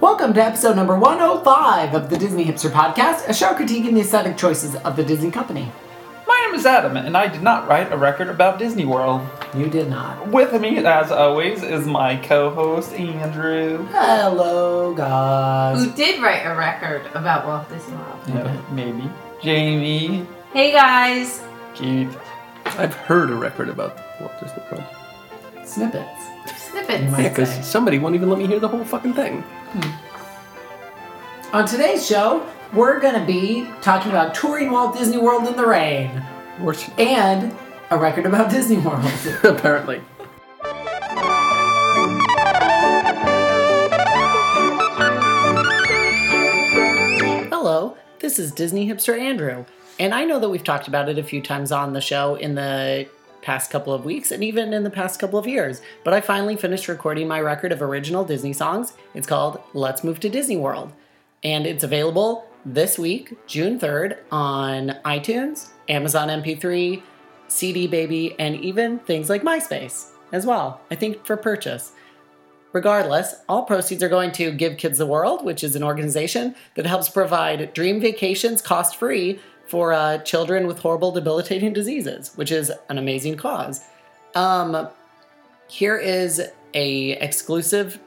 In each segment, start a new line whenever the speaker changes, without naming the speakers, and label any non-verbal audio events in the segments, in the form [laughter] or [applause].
Welcome to episode number 105 of the Disney Hipster Podcast, a show critiquing the aesthetic choices of the Disney Company.
My name is Adam, and I did not write a record about Disney World.
You did not.
With me, as always, is my co host, Andrew.
Hello, guys.
who did write a record about Walt Disney World.
Yeah, maybe. Jamie.
Hey guys,
Keith.
I've heard a record about Walt Disney World.
Snippets.
snippets.
might-
Because
Okay.
somebody won't even let me hear the whole fucking thing.
On today's show, we're going to be talking about touring Walt Disney World in the rain
Worse,
and a record about [laughs] Disney World.
[laughs] apparently.
Hello, this is Disney hipster Andrew, and I know that we've talked about it a few times on the show in the past couple of weeks and even in the past couple of years, but I finally finished recording my record of original Disney songs. It's called Let's Move to Disney World, and it's available this week, June 3rd, on iTunes, Amazon MP3, CD Baby, and even things like MySpace as well, I think for purchase. Regardless, all proceeds are going to Give Kids the World, which is an organization that helps provide dream vacations cost free for uh, children with horrible debilitating diseases, which is an amazing cause. Um, here is a exclusive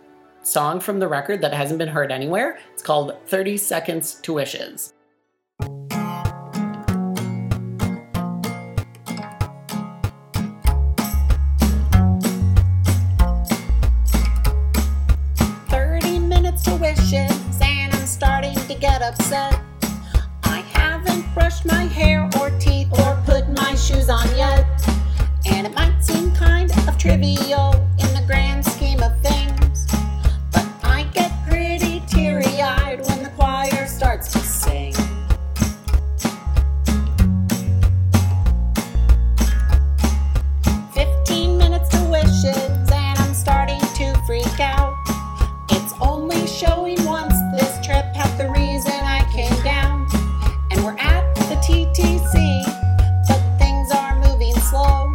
song from the record that hasn't been heard anywhere. It's called 30 Seconds to Wishes.
Thirty minutes to wishes, and I'm starting to get upset. I haven't brushed my hair or teeth or put my shoes on yet. And it might seem kind of trivial in the grand scheme of things, but I get pretty teary eyed when the choir starts to sing. Fifteen minutes to wishes, and I'm starting to freak out. It's only showing once this trip had the reason I came down. And we're at the TTC, but things are moving slow.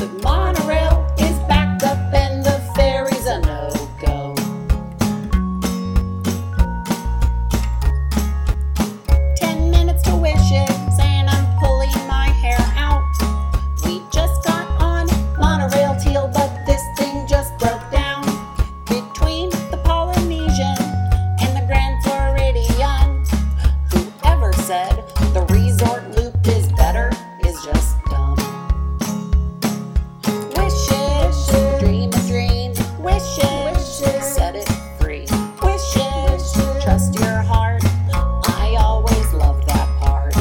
The monorail is backed up and the ferry's a no go. Ten minutes to wishes, and I'm pulling my hair out. We just got on monorail teal, but this thing just broke down between the Polynesian and the Grand Floridian. Whoever said the resort loop is better is just dumb. Wishes, dream a dream. Wishes, set it free. Wishes, trust your heart. I always love that part.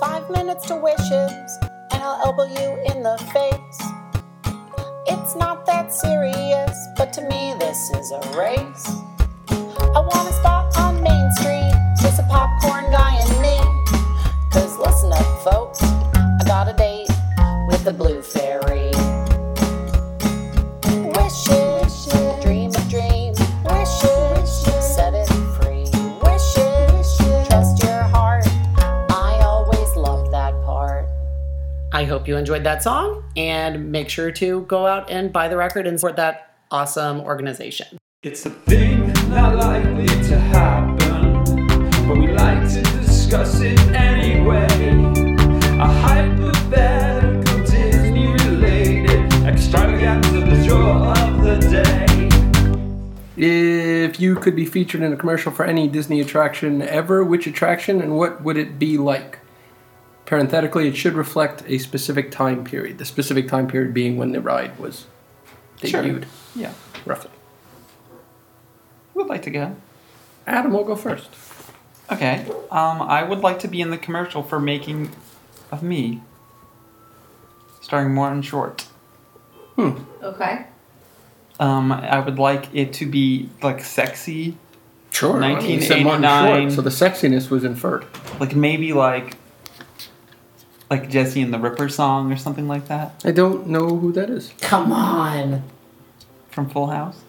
Five minutes to wishes, and I'll elbow you in the face. It's not that serious, but to me, this is a race. I want a spot on Main Street, just a popcorn guy and me. Cause listen up, folks, I got a date with the Blue Fairy. Wishes, dream a dream. Wishes, set it free. Wishes, trust your heart. I always loved that part.
I hope you enjoyed that song and make sure to go out and buy the record and support that awesome organization.
It's a thing not likely to happen, but we like to discuss it anyway. A hypothetical Disney related extravaganza, the jaw of the day.
If you could be featured in a commercial for any Disney attraction ever, which attraction and what would it be like? Parenthetically, it should reflect a specific time period. The specific time period being when the ride was
Sure.
debuted,
Yeah.
roughly.
Would like to go.
Adam will go first.
Okay. Um, I would like to be in the commercial for making of me. Starring Martin Short.
Okay.
Um, I would like it to be like sexy,
Sure. I mean, you said Martin
1989.
Short, so the sexiness was inferred.
like maybe like
like Jesse and the Ripper song or something like that
I don't know who that is.
Come on.
from Full House.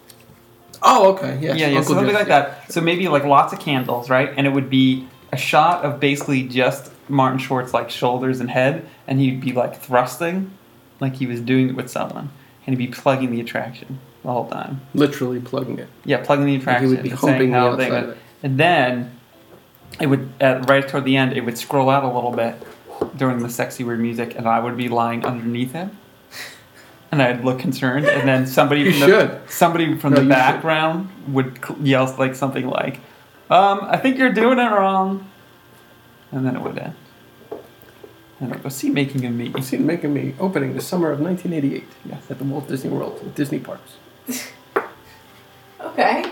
Oh, okay. Yes.
yeah, yeah,
Uncle
something
Jesse,
like
yeah.
that. So maybe like lots of candles, right? And it would be a shot of basically just Martin Short's like shoulders and head, and he'd be like thrusting, like he was doing it with someone, and he'd be plugging the attraction the whole time.
Literally plugging it.
Yeah, plugging the
Like he
attraction.
would be
and saying
humping the
how they
outside
would-
of it.
And then it would at, right toward the end, it would scroll out a little bit during the sexy weird music, and I would be lying underneath him. [laughs] And I'd look concerned, and then somebody
You
from the
should.
somebody from
No,
the
you should.
background would cl- yell like something like, um, "I think you're doing it wrong," and then it would end. And I go see making of me.
I've seen Making Me opening the summer of 1988
Yes.
at the Walt Disney World, at Disney Parks.
Okay.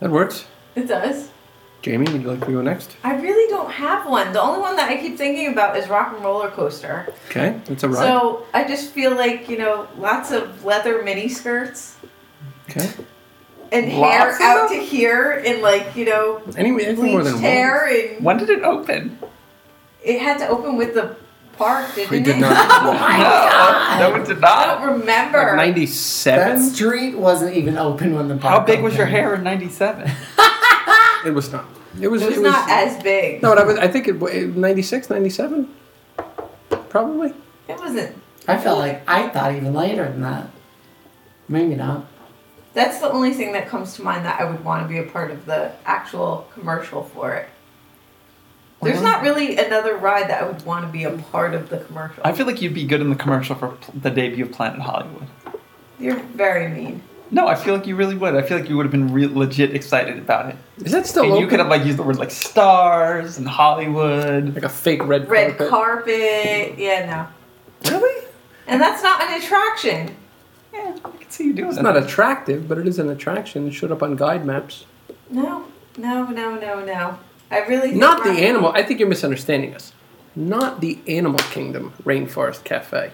That works.
It does.
Jamie, would you like to go next?
I really don't have one. The only one that I keep thinking about is Rock and Roller Coaster.
Okay, that's a ride.
So I just feel like you know, lots of leather mini skirts
okay.
and
Lots of
hair out to here, and like you know,
Any, anything more than
bleached hair. And
When did it open?
it had to open with the park, didn't
one. We
it?
did not.
no, no, it did
[laughs] I
not.
don't remember.
That
Ninety-seven.
street wasn't even open when the park
How big was your
opened.
hair in '97?
It was not. It was.
it was not as big.
No, but I, was, I think it wa- 96, 97? Probably.
It wasn't.
I felt like I thought even later than that. Maybe not.
That's the only thing that comes to mind that I would want to be a part of the actual commercial for it. There's not really another ride that I would want to be a part of the commercial.
I feel like you'd be good in the commercial for pl- the debut of Planet Hollywood.
You're very mean.
No, I feel like you really would. I feel like you would have been re- legit excited about it.
Is that still
and
open?
you could have like used the word like stars and Hollywood.
like a fake red [laughs]
Red
carpet.
carpet. Yeah,
Really?
no. And that's not an attraction.
Yeah, I can see you doing
It's
that.
not attractive, but it is an attraction. It showed up on guide maps.
No, no, no, no, no. I really think
Not the
Rock-
animal. I think you're misunderstanding us. Not the Animal Kingdom Rainforest Cafe,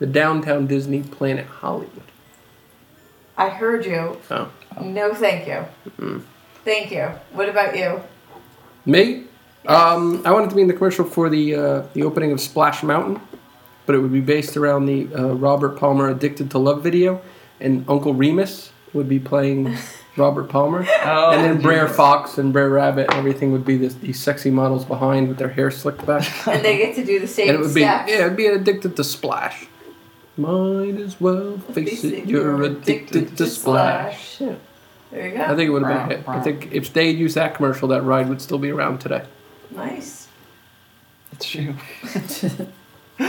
the downtown Disney Planet Hollywood.
I heard you.
Oh,
No, thank you.
Hmm.
Thank you. What about you?
me? Um, I wanted to be in the commercial for the uh, the opening of Splash Mountain, but it would be based around the uh, Robert Palmer "Addicted to Love" video, and Uncle Remus would be playing Robert Palmer,
Oh,
and then
geez. [laughs]
Brer Fox and Brer Rabbit and everything would be this, these sexy models behind with their hair slicked back.
And they get to do the same
and it would be
steps.
yeah, it'd be addicted to splash. Might as well face it.
Basically,
You're addicted to splash. Yeah,
There you
I
go.
think it would have been a hit. I think if they used that commercial, that ride would still be around today.
Nice.
It's true. [laughs]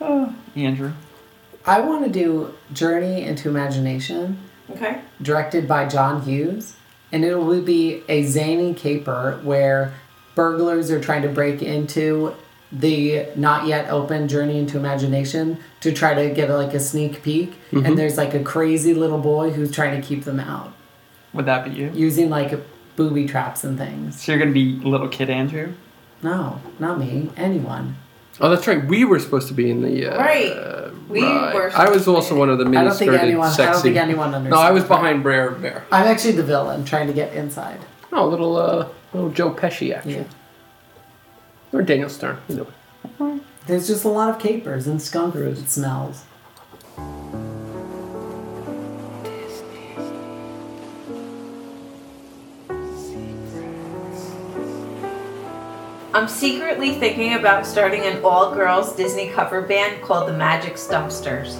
oh, Andrew.
I want to do Journey into Imagination,
Okay.
directed by John Hughes, and it will be a zany caper where burglars are trying to break into the not yet open Journey into Imagination to try to get like a sneak peek, and there's like a crazy little boy who's trying to keep them out
Would that be you?
using like booby traps and things.
So you're gonna be little kid Andrew?
No, not me. Anyone.
Oh, that's right. We were supposed to be in the uh,
Right. We
ride.
were
I was also one of the mini
I don't think anyone.
sexy.
I don't think anyone understands.
no, I was behind Brer Bear.
I'm actually the villain trying to get inside.
No, a little uh, little Joe Pesci action
Yeah.
or Daniel Stern. Either way.
There's just a lot of capers and skunk smells.
I'm secretly thinking about starting an all girls Disney cover band called the Magic Stumpsters.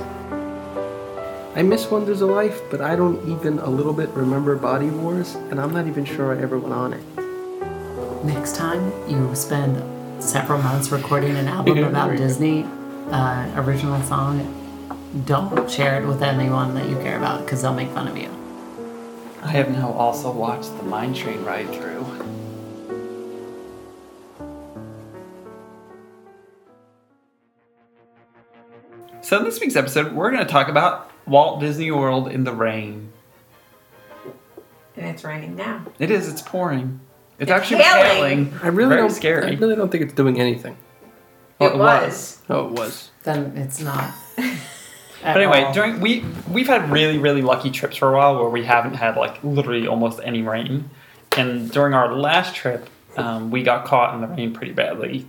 I miss Wonders of Life, but I don't even a little bit remember Body Wars, and I'm not even sure I ever went on it.
Next time you spend several months recording an album about Disney uh, original song, don't share it with anyone that you care about because they'll make fun of you.
I have now also watched the mine train ride through. So in this week's episode, we're gonna talk about Walt Disney World in the rain.
And it's raining now.
It is. It's pouring. It's,
It's
actually hailing.
hailing.
I really
Very
don't.
scary.
I really don't think it's doing anything.
It was.
Oh, it was.
Then it's not.
But anyway, during we we've had really really lucky trips for a while where we haven't had like literally almost any rain, and during our last trip, um, we got caught in the rain pretty badly.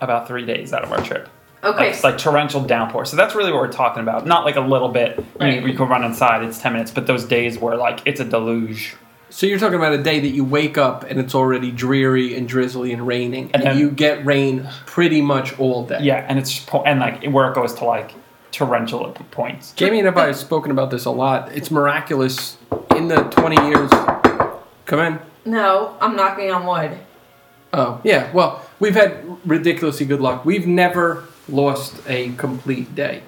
about three days out of our trip. Like,
Okay.
it's like torrential downpour. So that's really what we're talking about. Not like a little bit. You,
Right.
know, you can run inside, it's 10 minutes, but those days where like it's a deluge.
So you're talking about a day that you wake up and it's already dreary and drizzly and raining, and,
And then-
you get rain pretty much all day.
Yeah, and it's just po- and like where it goes to like torrential points.
Jamie and I have spoken about this a lot. It's miraculous in the 20 years. Come in.
no, I'm knocking on wood.
Oh, yeah. Well, we've had ridiculously good luck. We've never lost a complete day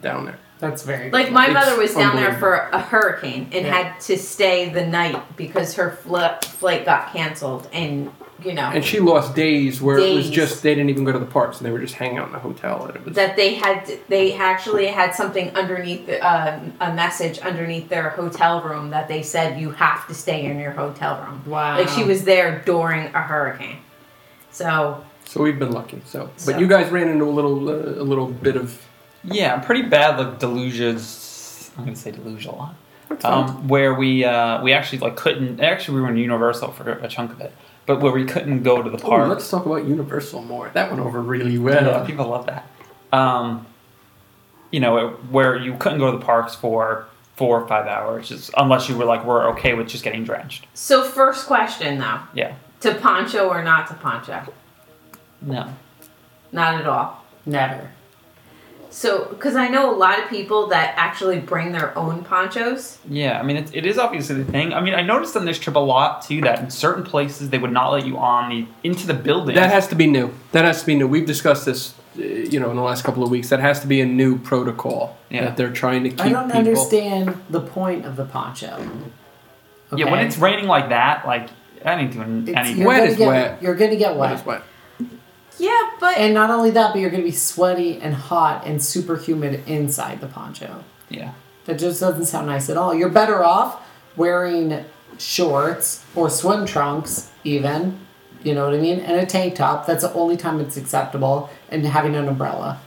down there.
That's very
Like my
It's
mother was down there
unbelievable.
for a hurricane and had to stay the night because her fl- flight got canceled, and you know
And she lost days where it was
Days.
just they didn't even go to the parks and they were just hanging out in the hotel. And it was
that they had they actually had something underneath the- um, a message underneath their hotel room that they said you have to stay in your hotel room.
Wow.
Like she was there during a hurricane. So
so we've been lucky. So, but
So-
you guys ran into a little uh, a little bit of
Yeah, pretty bad like delusions. I'm gonna say deluge a lot.
fine.
Um, where we uh, we actually like couldn't actually we were in Universal for a chunk of it, but where we couldn't go to the
Oh,
park.
let's talk about Universal more. That went over really
Yeah,
well.
people love that. Um, you know, it- where you couldn't go to the parks for four or five hours, just, unless you were like, we're okay with just getting drenched.
so first question though,
Yeah.
to poncho or not to poncho?
No.
Not at all.
never.
So because I know a lot of people that actually bring their own ponchos.
Yeah, I mean, it, it is obviously the thing. I mean, I noticed on this trip a lot too that in certain places they would not let you on the into the building.
That has to be new. That has to be new. We've discussed this, uh, you know, in the last couple of weeks. That has to be a new protocol
Yeah.
that they're trying to keep.
I don't
people.
understand the point of the poncho.
yeah, when it's raining like that, like I ain't doing
It's-
anything.
you're
Wet
gonna
is
get,
wet.
You're gonna get
What is
wet.
what?
Yeah, but
And not only that, but you're gonna be sweaty and hot and super humid inside the poncho.
Yeah.
That just doesn't sound nice at all. You're better off wearing shorts or swim trunks, even. You know what I mean? And a tank top. That's the only time it's acceptable. And having an umbrella.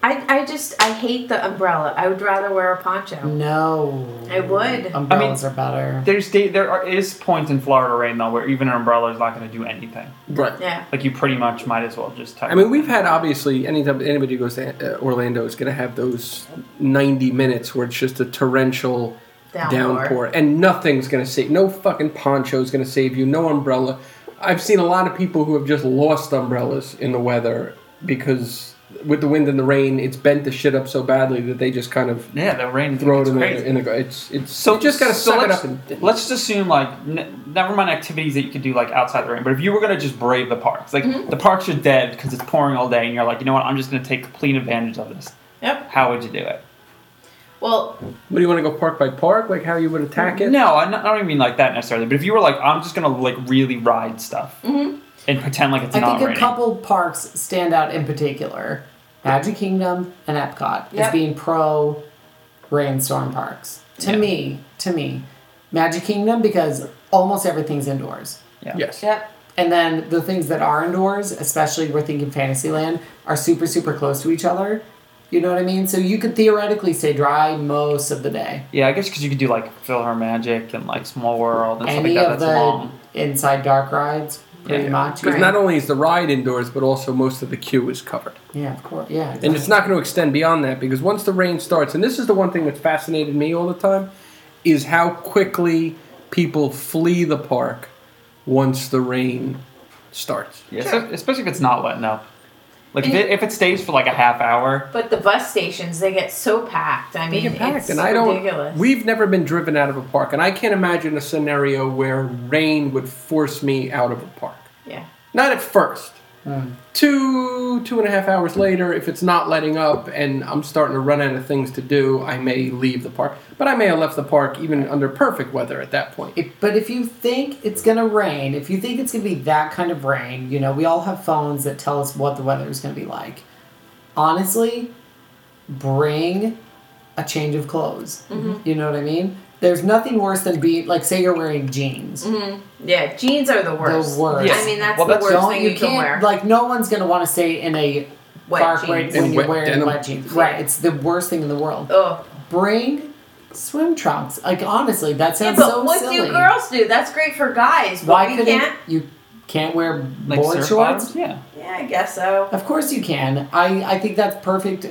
I, I just I hate the umbrella. I would rather wear a poncho.
No.
I would.
Umbrellas are better.
There's day, there are, is points in Florida rain though where even an umbrella is not going to do anything.
Right.
Yeah.
Like you pretty much might as well just. tuck
I mean,
it.
we've had obviously anytime anybody who goes to uh, Orlando is going to have those ninety minutes where it's just a torrential
Downpour.
downpour, and nothing's going to save. No fucking poncho is going to save you. No umbrella. I've seen a lot of people who have just lost umbrellas in the weather because with the wind and the rain, it's bent the shit up so badly that they just kind of
Yeah, the rain.
throw it
it's
in
crazy.
the, in the gar- it's it's
So
so you just gotta
so
suck it
let's-
up and
let's just assume like n- never mind activities that you could do like outside the rain, but if you were gonna just brave the parks, like
Mm-hmm.
the parks are dead because it's pouring all day, and you're like, you know what, I'm just gonna take complete advantage of this.
Yep.
How would you do it?
Well,
what do you want to go park by park like how you would attack it
No, I, not, I don't even mean like that necessarily. But if you were like, I'm just gonna like really ride stuff and pretend like it's
I
not
think Mm-hmm. a
raining.
couple parks stand out in particular Magic Kingdom and Epcot as
Yep.
being pro rainstorm parks. To
Yeah.
me, to me, Magic Kingdom because almost everything's indoors.
yeah.
yes
yep.
And then the things that are indoors, especially we're thinking Fantasyland, are super, super close to each other. You know what I mean? So you could theoretically stay dry most of the day.
Yeah, I guess because you could do like Filler Magic and like Small World and stuff like
Any
that.
of
That's
the
long.
inside dark rides, pretty
Yeah.
much.
because
Yeah.
not only is the ride indoors but also most of the queue is covered
yeah, of course. Yeah.
and it's not going to extend beyond that because once the rain starts and this is the one thing that's fascinated me all the time is how quickly people flee the park once the rain starts
Yeah, so- especially if it's not letting up. Like if it, if it stays for like a half hour,
But the bus stations, they get so packed. I mean, it's
and I don't.
ridiculous.
We've never been driven out of a park, and I can't imagine a scenario where rain would force me out of a park.
yeah.
Not at first.
Mm.
Two, two and a half hours later, if it's not letting up and I'm starting to run out of things to do, I may leave the park. But I may have left the park even under perfect weather at that point.
If, but if you think it's going to rain, if you think it's going to be that kind of rain, you know, we all have phones that tell us what the weather is going to be like. Honestly, bring a change of clothes.
Mm-hmm.
You know what I mean? There's nothing worse than being, like, say you're wearing jeans.
Mm-hmm. Yeah, jeans are the worst.
worst.
Yes.
I mean, that's
Well,
the
that's-
Don't-
worst thing you, can wear.
Like, no one's going to want to stay in a
Wet
dark
jeans.
rain
And
when you're
wet
wearing
denim.
wet jeans. Right. It's the worst thing in the world.
Ugh.
Bring swim trunks. Like, honestly, that
Yeah,
sounds
but
so
what
silly.
do girls do? That's great for guys.
Why
Why we
couldn't
can't?
you Can't wear
Like
board
surf
shorts?
bottoms? Yeah.
Yeah, I guess so.
Of course you can. I, I think that's perfect,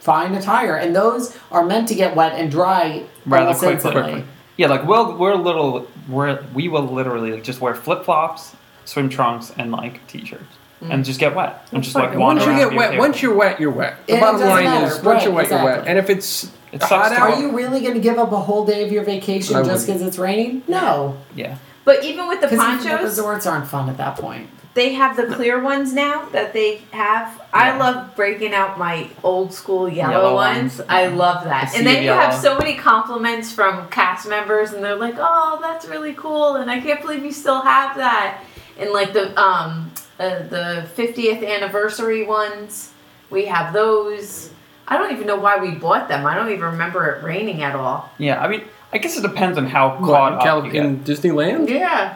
fine attire. And those are meant to get wet and dry
Rather
almost
quickly.
instantly.
Yeah, like we'll we're little we're we will literally like, just wear flip flops, swim trunks, and like t-shirts, and just get wet and just like
And
wander
Mm. once you
around.
get
and be
wet,
okay
once
with
you're wet, you're wet. The
It
bottom
doesn't
line
matter.
is, once
Right,
you're wet, you're wet.
exactly.
And if it's
It
hot
sucks to
out,
Are you really going to give up a whole day of your vacation
I
just
wouldn't.
because it's raining? No.
it. yeah.
But even with the
Because the
ponchos,
resorts aren't fun at that point.
they have the clear ones now that they have. I
Yeah.
love breaking out my old school yellow,
Yellow
ones.
ones. Mm-hmm.
I love that.
The
And
sea
then
of
you have
yellow.
so many compliments from cast members, and they're like, "Oh, that's really cool," and I can't believe you still have that. And like the um uh, the fiftieth anniversary ones, we have those. I don't even know why we bought them. I don't even remember it raining at all.
Yeah, I mean, I guess it depends on how
what,
caught
in,
up
Cal-
you get.
in Disneyland,
Yeah,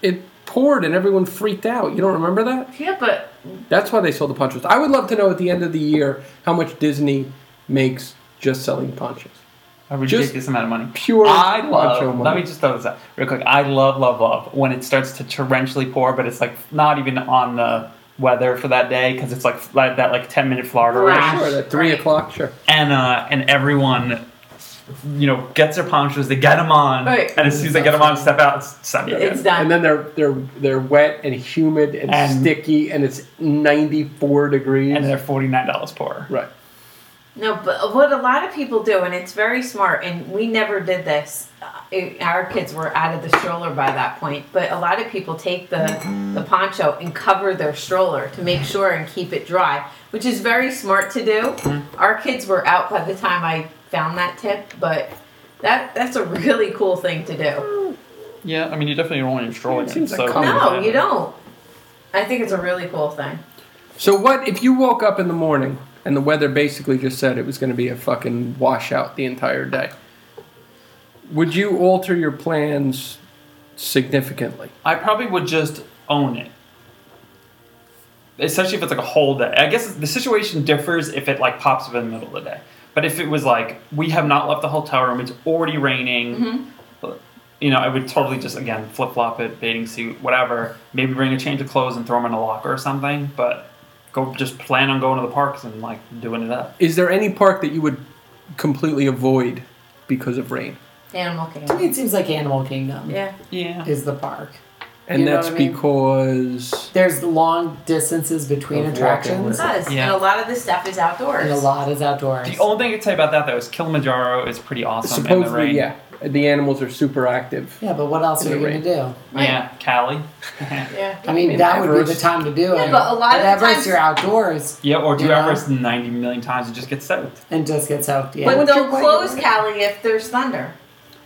it poured and everyone freaked out. You don't remember that?
yeah, but
That's why they sold the ponchos. I would love to know at the end of the year how much Disney makes just selling ponchos.
a
just
ridiculous amount of money.
pure
I
poncho
love. Let
money.
me just throw this out real quick. I love, love, love when it starts to torrentially pour, but it's like not even on the weather for that day because it's like like that like ten minute Florida
Right.
rain.
Sure, that three
Right.
o'clock. Sure.
and uh, and everyone, you know, gets their ponchos. They get them on,
Right.
and as soon as they get them on, step out, step out.
it's done.
And then they're they're they're wet and humid and,
And-
sticky and it's ninety four degrees.
and they're forty nine dollars per.
right.
No, but what a lot of people do, and it's very smart, and we never did this. Uh, It, our kids were out of the stroller by that point, but a lot of people take the, the poncho and cover their stroller to make sure and keep it dry, which is very smart to do. Our kids were out by the time I found that tip, but that that's a really cool thing to do.
Yeah, I mean, you definitely don't want your stroller.
It seems
in,
like
so-
common
No, you don't. I think it's a really cool thing.
So what if you woke up in the morning and the weather basically just said it was going to be a fucking washout the entire day? Would you alter your plans significantly?
I probably would just own it. Especially if it's like a whole day. I guess the situation differs if it like pops up in the middle of the day. But if it was like we have not left the hotel room, it's already raining. You know, I would totally just again flip flop it, bathing suit, whatever. Maybe bring a change of clothes and throw them in a locker or something. But go just plan on going to the parks and like doing it up.
Is there any park that you would completely avoid because of rain?
Animal
To me,
kingdom.
it seems like Animal Kingdom
Yeah.
Yeah.
is the park.
And
You know
that's
what I mean?
because
There's long distances between
Of walking.
It
attractions,
does.
Yeah.
And a lot of the stuff is outdoors.
and a lot is outdoors.
The only thing I could say about that though is Kilimanjaro is pretty awesome in the
supposedly,
rain.
yeah, the animals are super active.
yeah, but what else
In
are
the
you going to
Yeah,
[laughs]
Cali.
Yeah.
do? I mean,
In
that would be the
Everest.
time to do it.
Yeah, but a lot
At
of the
Everest,
times-
you're outdoors
Yeah, or do
You know?
Everest 90 million times and just get soaked.
and just get soaked. Yeah.
But
What's
they'll
your point?
close Cali if there's thunder.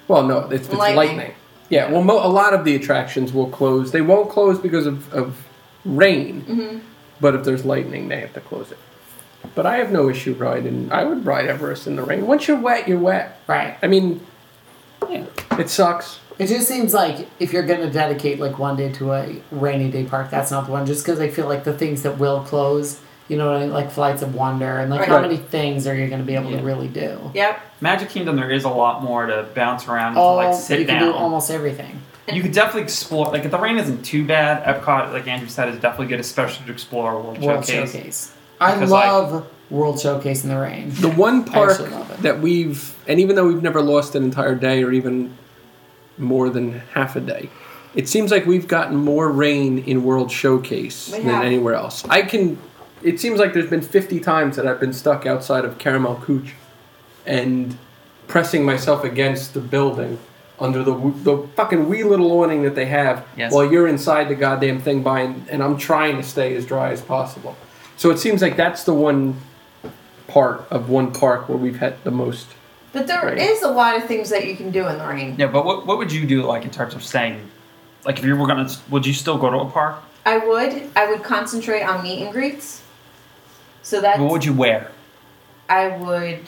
Well, no, it's, it's
Lightning.
lightning. Yeah, well, mo- a lot of the attractions will close. They won't close because of, of rain, but if there's lightning, they have to close it. But I have no issue riding. I would ride Everest in the rain. Once you're wet, you're wet.
right.
I mean,
Yeah.
it sucks.
It just seems like if you're going to dedicate like one day to a rainy day park, that's not the one. Just because I feel like the things that will close, you know, what I mean? like flights of wonder, and like how
Right.
many things are you going to be able
Yeah.
to really do?
Yep.
Magic Kingdom, there is a lot more to bounce around and
Oh,
to like sit
you can
down.
do almost everything.
you could definitely explore. Like if the rain isn't too bad, Epcot, like Andrew said, is definitely good, especially to explore World,
World
Showcase.
Showcase. I
Because, like-
love World Showcase in the rain.
The one park
actually love it.
that we've, and even though we've never lost an entire day or even more than half a day, it seems like we've gotten more rain in World Showcase
We
than
have.
anywhere else. I can, it seems like there's been 50 times that I've been stuck outside of Caramel Cooch and pressing myself against the building under the w- the fucking wee little awning that they have
Yes.
while you're inside the goddamn thing buying and I'm trying to stay as dry as possible. So it seems like that's the one part of one park where we've had the most
But there is
Right.
a lot of things that you can do in the rain.
Yeah, but what, what would you do like in terms of staying? Like if you were gonna, would you still go to a park?
I would. I would concentrate on meet and greets. So that
What would you wear?
I
[laughs]
would.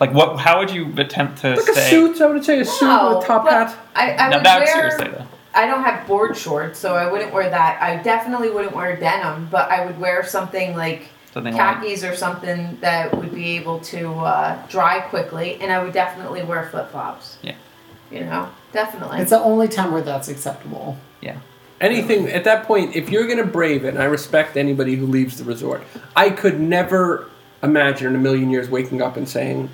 Like what? How would you attempt to
like a
stay?
suit. I would say a suit
No,
with a top
but
hat.
I, I
Now
would
that's
wear.
seriously though.
I don't have board shorts, so I wouldn't wear that. I definitely wouldn't wear denim, but I would wear something like
Something like
khakis or something that would be able to uh, dry quickly, and I would definitely wear flip flops.
Yeah.
You know, definitely.
It's the only time where that's acceptable.
yeah.
Anything at that point, if you're going to brave it, and I respect anybody who leaves the resort, I could never imagine in a million years waking up and saying,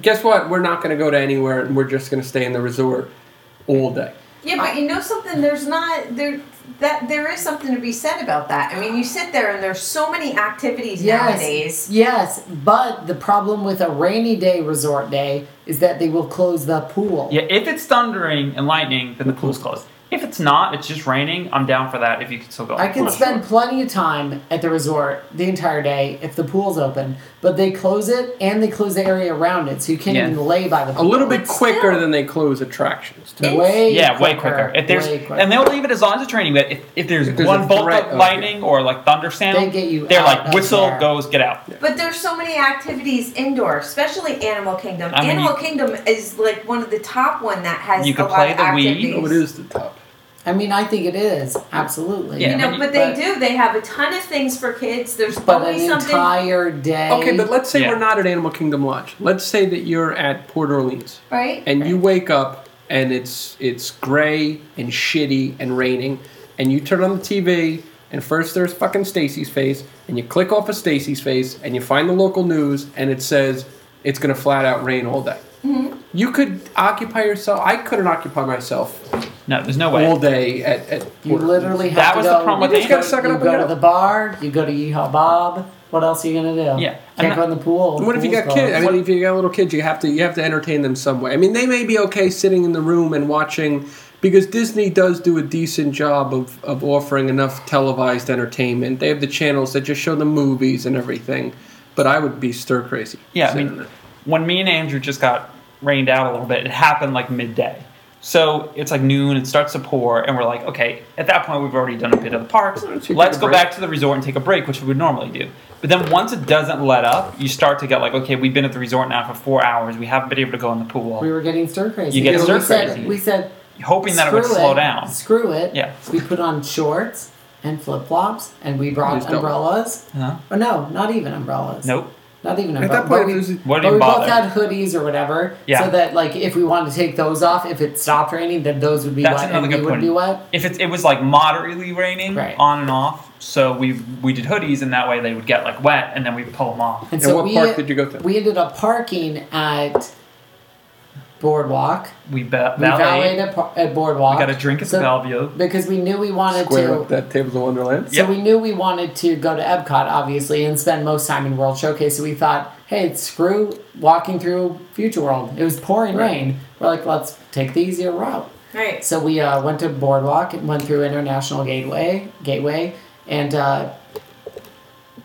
"Guess what? We're not going to go to anywhere, and we're just going to stay in the resort all day."
Yeah, but you know something? There's not there that there is something to be said about that. I mean, you sit there and there's so many activities nowadays.
Yes, but the problem with a rainy day resort day is that they will close the pool.
Yeah, if it's thundering and lightning, then the pool's closed. If it's not, it's just raining. I'm down for that. If you can still go,
I can
Well,
spend plenty of time at the resort the entire day if the pool's open, but they close it and they close the area around it, so you can't
Yeah.
even lay by the
A
pool.
little bit
But
quicker
still-
than they close attractions. Too.
way
yeah, way quicker. If there's
way quicker.
and they'll leave it as long as it's raining. But if, if there's,
If there's a
one bolt
threat
of
of-
lightning or like thunder sound,
They get you
They're
out
like
of
whistle
there.
goes, get out.
But there's so many activities indoor, especially Animal Kingdom.
I mean,
Animal
you-
Kingdom is like one of the top one that has
You
a
could
lot
play
of
the Wii.
activities.
Oh, it is the top.
I mean, I think it is absolutely.
Yeah.
You know,
but-
but they
but-
do. They have a ton of things for kids. There's
But
always
an
something.
entire day.
Okay, but let's say
Yeah.
we're not at Animal Kingdom Lodge. Let's say that you're at Port Orleans.
Right?
and you wake up and it's it's gray and shitty and raining and you turn on the TV and first there's fucking Stacy's face and you click off of Stacy's face and you find the local news and it says it's going to flat out rain all day.
Mm-hmm.
You could occupy yourself. I couldn't occupy myself
No, there's no way.
all day at, at
you
Port
literally have
That
to
was
go.
the problem with
you
the-
go,
You
just gotta suck it
you
up
go
and
to
go.
the bar. You go to Yeehaw Bob. What else are you gonna do?
Yeah, I'm
can't
not-
go in the pool.
What if you
Pool's
got kids? I
closed.
mean, if you got little kids, you have to you have to entertain them some way. I mean, they may be okay sitting in the room and watching because Disney does do a decent job of, of offering enough televised entertainment. They have the channels that just show the movies and everything. But I would be stir crazy.
Yeah, I
sitting
mean,
there.
when me and Andrew just got rained out a little bit, it happened like midday. So it's like noon, it starts to pour, and we're like, okay, at that point, we've already done a bit of the parks.
Let's take
Let's
a
go
break.
back to the resort and take a break, which we would normally do. But then once it doesn't let up, you start to get like, okay, we've been at the resort now for four hours. We haven't been able to go in the pool.
we were getting stir crazy.
You get
We
stir
said-
crazy.
We said
hoping that it would
Screw
slow down.
Screw it.
Yeah.
We put on shorts and flip flops, and we brought
Please don't.
umbrellas.
Huh?
Or no, not even umbrellas.
Nope.
Not even
at
umbrellas.
that
but
point, it
we,
was,
What
but
do
we
you
both
bother?
had hoodies or whatever,
Yeah.
so that like if we wanted to take those off, if it stopped raining, then those would be
That's
wet
another
and
good
we would
point.
be wet.
If it, it was like moderately raining
Right.
on and off, so we we did hoodies, and that way they would get like wet, and then we'd pull them off.
And
And
so
what
we,
park did you go to?
We ended up parking at Boardwalk.
We ba-
We valeted
valeted.
at, par- at Boardwalk.
We got a drink at
So-
the Bellevue.
because we knew we wanted
square
to
up that tables of Wonderland.
So
Yep.
we knew we wanted to go to Epcot, obviously, and spend most time in World Showcase. So we thought, hey, screw walking through Future World. It was pouring
Right.
rain. We're like, let's take the easier route.
Right.
So we uh, went to Boardwalk and went through International Gateway, Gateway, and uh,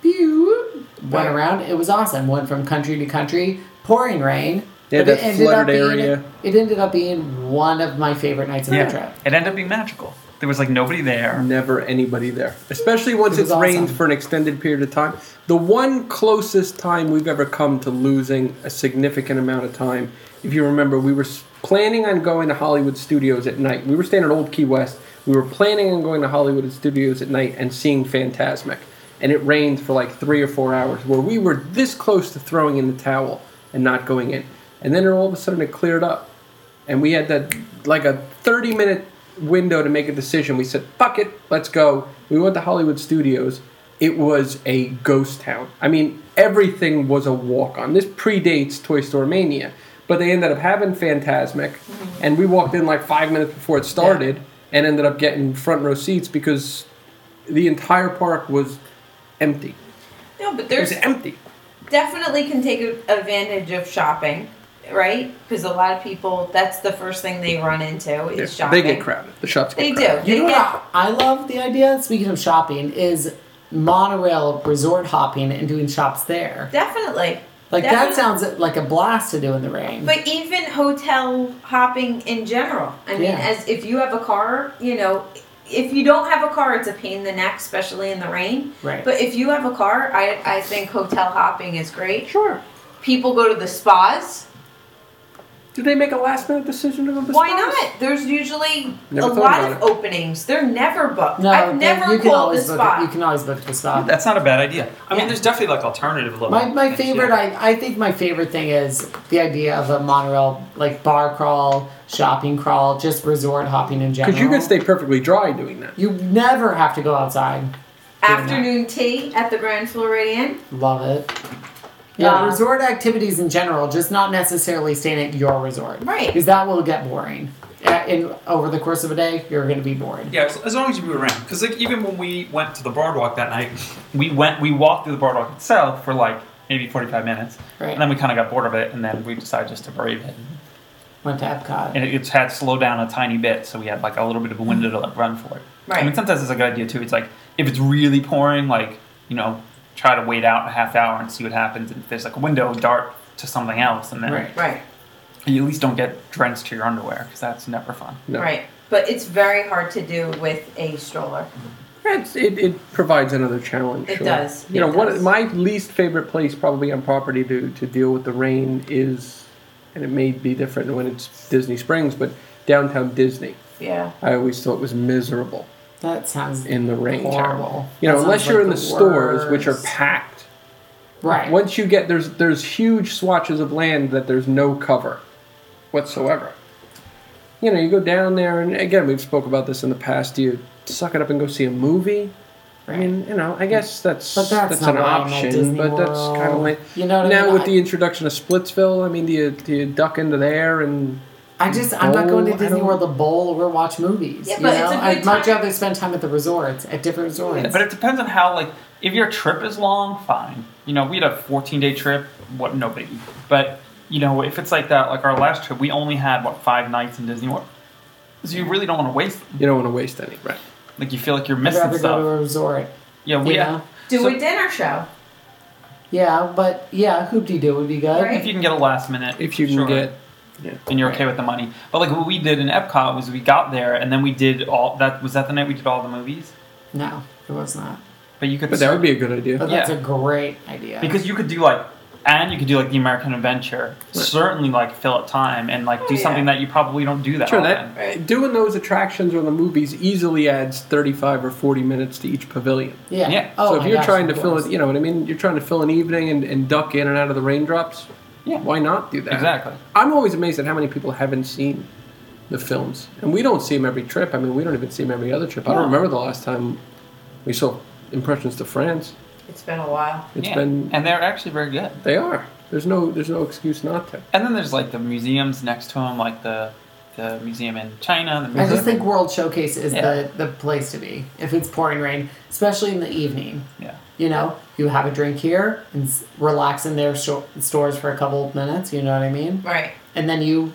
pew, went around. It was awesome. Went from country to country, pouring rain.
They had
But it
that
ended up
flooded
being-
area.
It ended up being one of my favorite nights of
Yeah.
the trip.
It ended up being magical. There was like nobody there.
never anybody there, especially once
It was
it's rained
awesome.
for an extended period of time. The one closest time we've ever come to losing a significant amount of time, if you remember, we were s- planning on going to Hollywood Studios at night. We were staying at Old Key West. We were planning on going to Hollywood Studios at night and seeing Fantasmic, and it rained for like three or four hours, where we were this close to throwing in the towel and not going in. And then all of a sudden it cleared up and we had that like a 30 minute window to make a decision we said fuck it let's go we went to hollywood studios it was a ghost town i mean everything was a walk on this predates toy store mania but they ended up having phantasmic
Mm-hmm.
and we walked in like five minutes before it started and ended up getting front row seats because the entire park was empty
No, but
it was
there's
empty
definitely can take a- advantage of shopping, right? Because a lot of people, that's the first thing they run into is
they
shopping.
get crowded the shops get
They
crowded.
do.
You know
they
what
get.
I, I love the idea? Speaking of shopping, is monorail resort hopping and doing shops there.
Definitely.
Like
Definitely.
that sounds like a blast to do in the rain.
But even hotel hopping in general. I mean,
Yeah.
as if you have a car, you know, if you don't have a car, it's a pain in the neck, especially in the rain.
Right.
But if you have a car, I, I think hotel hopping is great.
sure
People go to the spas.
Did they make a last minute decision to go
Why
Bastogne?
not? There's usually
Never
a
thought
lot
about
of
it.
openings. They're never booked.
No, then
I've never
you can
called the
always book it. You
spot.
can always book the spot.
That's not a bad idea. I
Yeah.
mean, there's definitely like alternative little.
My, my
things,
favorite,
yeah.
I, I think my favorite thing is the idea of a monorail, like bar crawl, shopping crawl, just resort hopping in general.
Because you could stay perfectly dry doing that.
You never have to go outside.
Afternoon tea at the Grand Floridian.
Love it. Yeah,
Uh,
resort activities in general, just not necessarily staying at your resort.
Right.
Because that will get boring. A- In, over the course of a day, you're going to be bored.
Yeah, as, as long as you move around. Because like even when we went to the boardwalk that night, we went we walked through the boardwalk itself for like maybe forty five minutes,
Right.
and then we kind of got bored of it, and then we decided just to brave it.
Went to Epcot.
And it, it's had to slow down a tiny bit, so we had like a little bit of a window to like run for it. I mean,
Right.
sometimes it's a good idea too. It's like if it's really pouring, like you know, try to wait out a half hour and see what happens. And if there's like a window, dart to something else, and then
Right.
Right.
you at least don't get drenched to your underwear because that's never fun.
No.
Right. But it's very hard to do with a stroller.
It's, it, it provides another challenge.
It
sure.
does.
You know,
It
one
does.
my least favorite place probably on property to, to deal with the rain is, and it may be different when it's Disney Springs, but downtown Disney.
Yeah.
I always thought was miserable
That sounds
in the rain.
horrible.
You know,
That
unless
sounds
you're
like
in the,
the
stores, which are
worst.
packed.
Right.
Once you get there's there's huge swatches of land that there's no cover whatsoever. You know, you go down there, and again, we've spoke about this in the past. You suck it up and go see a movie. I mean, you know, I guess that's
But that's not
an
lame at
option,
Disney
but that's
World.
kind of like
You know what I
now
mean?
with
I-
the introduction of Splitsville. I mean, do you do you duck into there and
I just I'm not
Bowl,
going to
I
Disney
don't-
World to bowl or watch movies.
Yeah,
you
but
know?
it's a
I'd
good
much
time.
rather spend time at the resorts at different resorts.
But it depends on how like if your trip is long, fine. You know, we had a 14 day trip, what no biggie. But you know, if it's like that, like our last trip, we only had what five nights in Disney World. So you really don't want to waste them.
you don't want to waste any? Right.
Like you feel like you're
I'd
missing
rather go to
stuff.
a resort.
Yeah, we.
you know?
Do
So-
a dinner show.
Yeah, but yeah, hoop de doo would be good.
Right.
If you can get a last minute,
If you can
sure.
get
and you're okay with the money. But like what we did in Epcot was we got there and then we did all that. Was that the night we did all the movies?
No, it was not.
But you could
But that would be a good idea.
But that's
Yeah.
a great idea.
because you could do like and you could do like the American Adventure. Certainly, like fill up time and like do
Oh, yeah.
something that you probably don't do that.
Sure,
often.
that doing those attractions or the movies easily adds thirty-five or forty minutes to each pavilion.
yeah.
yeah.
Oh
so if
my
you're
gosh,
trying to
of
fill
course.
it, you know what I mean. You're trying to fill an evening and, and duck in and out of the raindrops.
Yeah.
Why not do that?
Exactly.
I'm always amazed at how many people haven't seen the films, and we don't see them every trip. I mean, we don't even see them every other trip. I
No.
don't remember the last time we saw Impressions to France.
It's been a while.
It's
Yeah,
been
and they're actually very good.
they are. There's no there's no excuse not to.
And then there's like the museums next to them, like the the museum in China. The
I
museum
[laughs]
just think World Showcase is
Yeah.
the, the place to be if it's pouring rain, especially in the evening.
yeah.
You know, you have a drink here and s- relax in their sho- stores for a couple of minutes. You know what I mean?
Right.
And then you,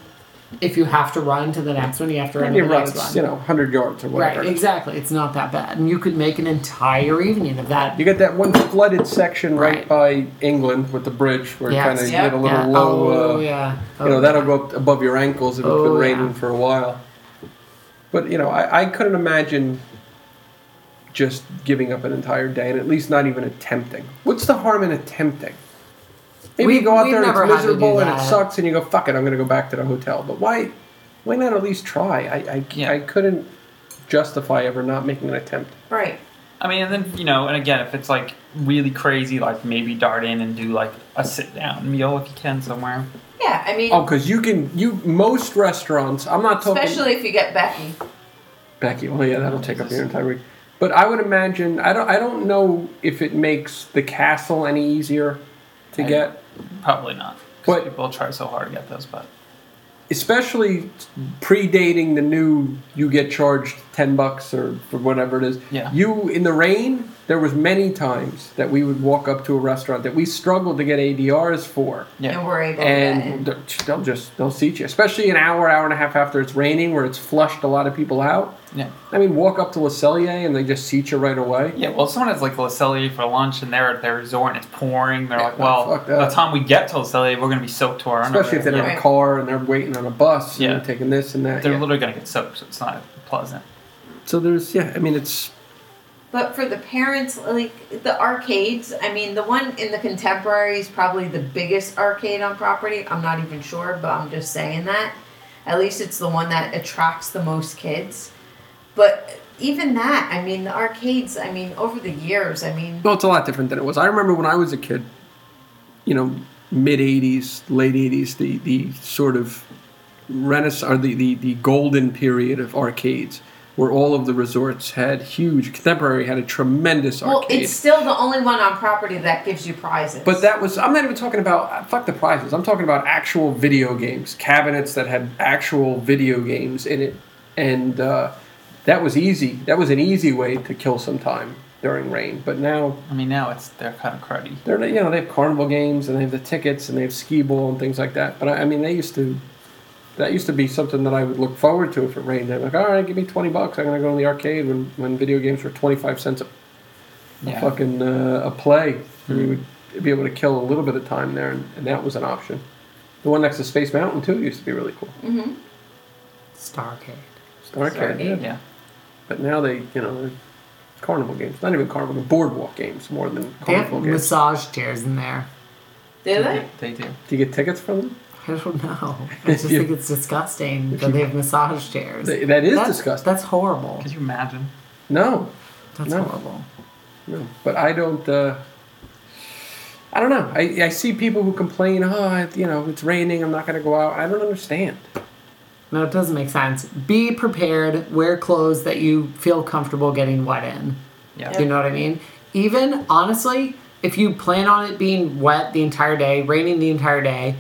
if you have to run to the next one, you have to run
And
to
you
the
run,
next one.
you know, hundred yards or whatever.
Right, exactly. It's not that bad. And you could make an entire evening of that.
You get that one flooded section right,
Right.
by England with the bridge where
Yes.
it kind of
Yeah.
get a little
yeah.
low.
oh,
uh,
yeah.
You know,
Oh,
that'll go up above your ankles if it's
Oh,
been
yeah.
raining for a while. But, you know, I, I couldn't imagine just giving up an entire day and at least not even attempting. What's the harm in attempting? Maybe
We-
you go out
we've
there and
never
it's
had to do
miserable and it
that.
sucks and you go, fuck it, I'm going to go back to the hotel. But why why not at least try? I, I,
Yeah.
I couldn't justify ever not making an attempt.
Right.
I mean, and then you know, and again, if it's like really crazy, like maybe dart in and do like a sit down meal if you can somewhere.
Yeah. I mean,
Oh, because you can, you, most restaurants, I'm not talking.
especially if you get Becky.
Becky. Well, yeah, that'll take up your entire week. But I would imagine I don't I don't know if it makes the castle any easier to
I-
get,
Probably not. 'cause
But-
people try so hard to get those, but
especially predating the new you get charged ten bucks or for whatever it is.
Yeah.
You in the rain. There was many times that we would walk up to a restaurant that we struggled to get ADRs for.
yeah.
And we're able to get in.
and they'll just they'll seat you, especially an hour, hour and a half after it's raining, where it's flushed a lot of people out.
Yeah.
I mean, walk up to Le Cellier and they just seat you right away.
Yeah, well, if someone has like Le Cellier for lunch and they're at their resort and it's pouring, they're
Yeah,
like,
no,
well,
fuck that.
by the time we get to Le Cellier, we're going to be soaked to our
Especially if
underwear.
they're in
Right.
a car and they're waiting on a bus
Yeah.
and they're taking this and that.
They're
yeah.
literally going to get soaked, so it's not pleasant.
so there's yeah, I mean it's
But for the parents, like the arcades, I mean, the one in the contemporary is probably the biggest arcade on property. I'm not even sure, but I'm just saying that. At least it's the one that attracts the most kids. But even that, I mean, the arcades, I mean, over the years, I mean,
Well, it's a lot different than it was. I remember when I was a kid, you know, mid '80s, late '80s, the the sort of renaissance or the, the the golden period of arcades, where all of the resorts had huge contemporary had a tremendous
well,
arcade.
it's still the only one on property that gives you prizes.
But that was, I'm not even talking about, fuck the prizes. I'm talking about actual video games, cabinets that had actual video games in it. And uh, that was easy. That was an easy way to kill some time during rain. But now,
I mean, now it's they're kind of cruddy.
they're, you know, they have carnival games and they have the tickets and they have skee ball and things like that. But I, I mean, they used to, that used to be something that I would look forward to if it rained. I'm like, all right, give me 20 bucks. I'm going to go in the arcade when, when video games were 25 cents a
Yeah.
fucking uh, a play. and We would be able to kill a little bit of time there, and, and that was an option. The one next to Space Mountain too used to be really cool.
Starcade.
Starcade, yeah.
Yeah.
But now they, you know, they're carnival games. Not even carnival, boardwalk games more than
They have
carnival games.
massage chairs in there.
do
They,
they?
they do.
Do you get tickets from them?
[laughs] I don't
[laughs]
know. I just think it's disgusting that they have massage chairs.
Th- that is
that's,
disgusting.
That's horrible.
Could you imagine?
No,
That's
No.
horrible.
no. But I don't. Uh, I don't know. I, I see people who complain, oh, it- you know, it's raining. I'm not going to go out. I don't understand.
No, it doesn't make sense. Be prepared. Wear clothes that you feel comfortable getting wet in.
Yeah.
You know what I mean? Even honestly, if you plan on it being wet the entire day, raining the entire day,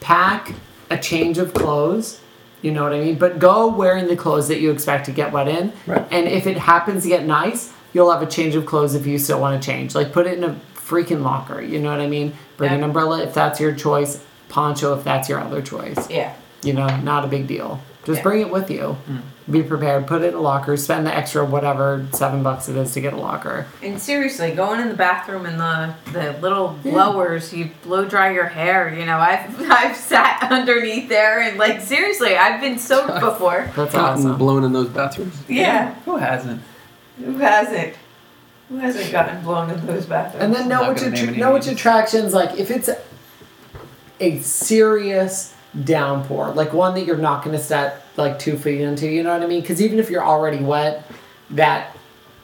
pack a change of clothes. You know what I mean? But go wearing the clothes that you expect to get wet in.
Right.
And if it happens to get nice, you'll have a change of clothes if you still want to change. Like put it in a freaking locker. You know what I mean? Bring an
Yeah.
umbrella if that's your choice, poncho if that's your other choice
Yeah.
you know, not a big deal. Just
Yeah.
bring it with you.
Mm.
Be prepared. Put it in a locker. Spend the extra whatever seven bucks it is to get a locker.
And seriously, going in the bathroom and the the little
Yeah.
blowers, you blow dry your hair. You know, I've [laughs] I've sat underneath there and like seriously, I've been soaked before.
That's
Gotten
awesome.
blown in those bathrooms.
Yeah,
Who hasn't?
who hasn't? Who hasn't gotten blown in those bathrooms?
and then know
Not
which
gonna name
attr
any
know which
names.
attractions like if it's a, a serious downpour, like one that you're not going to step like two feet into. You know what I mean? Because even if you're already wet, that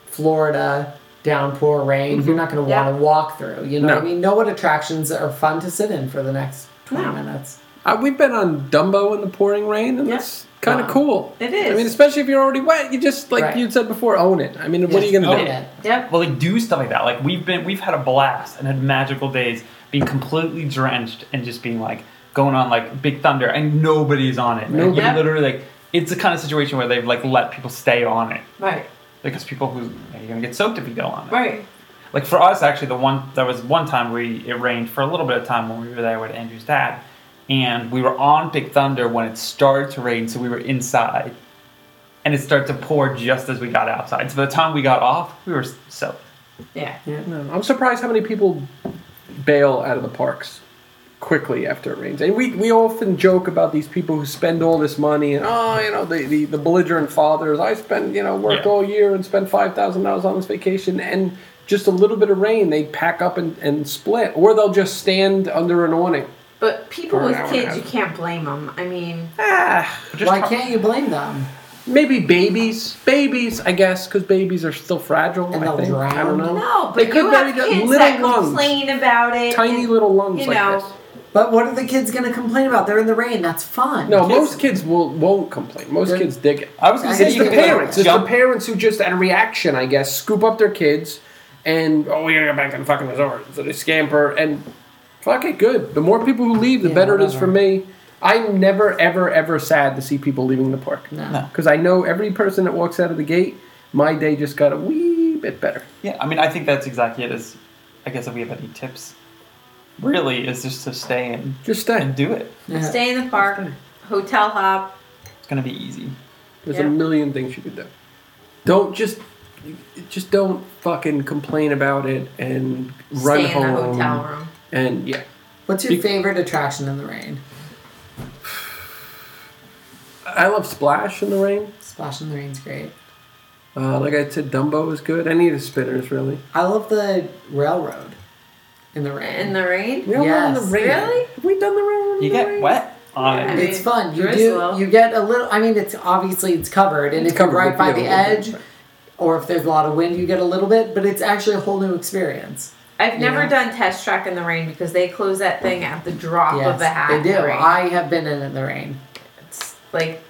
Florida downpour rain, you're not going to
Yeah.
want to walk through. You know
Mm-hmm. No.
what I mean? Know what attractions are fun to sit in for the next twenty
Yeah.
minutes.
Uh, we've been on Dumbo in the pouring rain, and
Yeah.
that's kind of
Wow.
cool.
It is.
I mean, especially if you're already wet, you just like
Right.
you said before, own it. I mean, what are you
Just
gonna
own
do?
it.
yep.
Well, like do stuff like that. Like we've been, we've had a blast and had magical days, being completely drenched and just being like going on like big thunder and nobody's on it.
Nobody.
Like, you literally like it's the kind of situation where they've like let people stay on it
Right.
because people who you're gonna get soaked if you go on it.
Right.
Like for us, actually, the one there was one time we it rained for a little bit of time when we were there with Andrew's dad, and we were on Big Thunder when it started to rain, so we were inside, and it started to pour just as we got outside. So by the time we got off, we were s- soaked.
Yeah.
No, I'm surprised how many people bail out of the parks quickly after it rains. And we, we often joke about these people who spend all this money and oh, you know, the, the, the belligerent fathers. I spent you know worked
Yeah.
all year and spent five thousand dollars on this vacation and just a little bit of rain, they pack up and, and split, or they'll just stand under an awning.
But people
For an
with
hour and a
kids, you
half.
can't blame them. I mean,
Ah,
But just
Why
talk-
can't you blame them?
Maybe babies, babies, I guess, because babies are still fragile.
And
I
they'll
think. I
drown.
don't know.
no. But
They could
you have
very-
kids
little
that
lungs.
complain about it.
Tiny
and,
little lungs
you
like
know,
this.
But what are the kids going to complain about? They're in the rain. That's fun.
No, most kids will won't complain. Most
They're-
kids dig it.
I was gonna
It's
say
It's
you
the
could, like,
parents. It's the
jump-
parents who just, out of reaction, I guess, scoop up their kids and, oh, we gotta go back to the fucking resort. So they scamper and fuck it, good. The more people who leave, the
Yeah,
better it is for
whatever.
me. I'm never, ever, ever sad to see people leaving the park.
No.
Because I know every person that walks out of the gate, my day just got a wee bit better.
Yeah, I mean, I think that's exactly it. Is I guess if we have any tips, really, is just to stay in
Just stay.
and do it.
Yeah.
Stay in the park, hotel hop.
It's gonna be easy.
There's
Yeah.
a million things you could do. Don't just just don't fucking complain about it and run
stay in
home
the hotel room.
and yeah.
What's your favorite attraction in the rain?
I love splash in the rain.
Splash in the rain's great.
Uh, like I said, Dumbo is good. Any of the spinners, really.
I love the railroad in the rain.
In the rain?
railroad in
Yes.
the rain.
Really?
Have we done the railroad? In
You
the
get
rain?
wet on
Yeah.
it.
I mean,
it's fun. You
drizzle.
do. You get a little. I mean, it's obviously it's covered, and
It's
if you're
covered,
right
but
by
yeah,
the
a little bit,
edge,
right.
or if there's a lot of wind, you get a little bit. But it's actually a whole new experience.
I've never
Yeah.
done test track in the rain because they close that thing at the drop
yes,
of a hat. in
they do.
the rain.
I have been in it in the rain.
It's like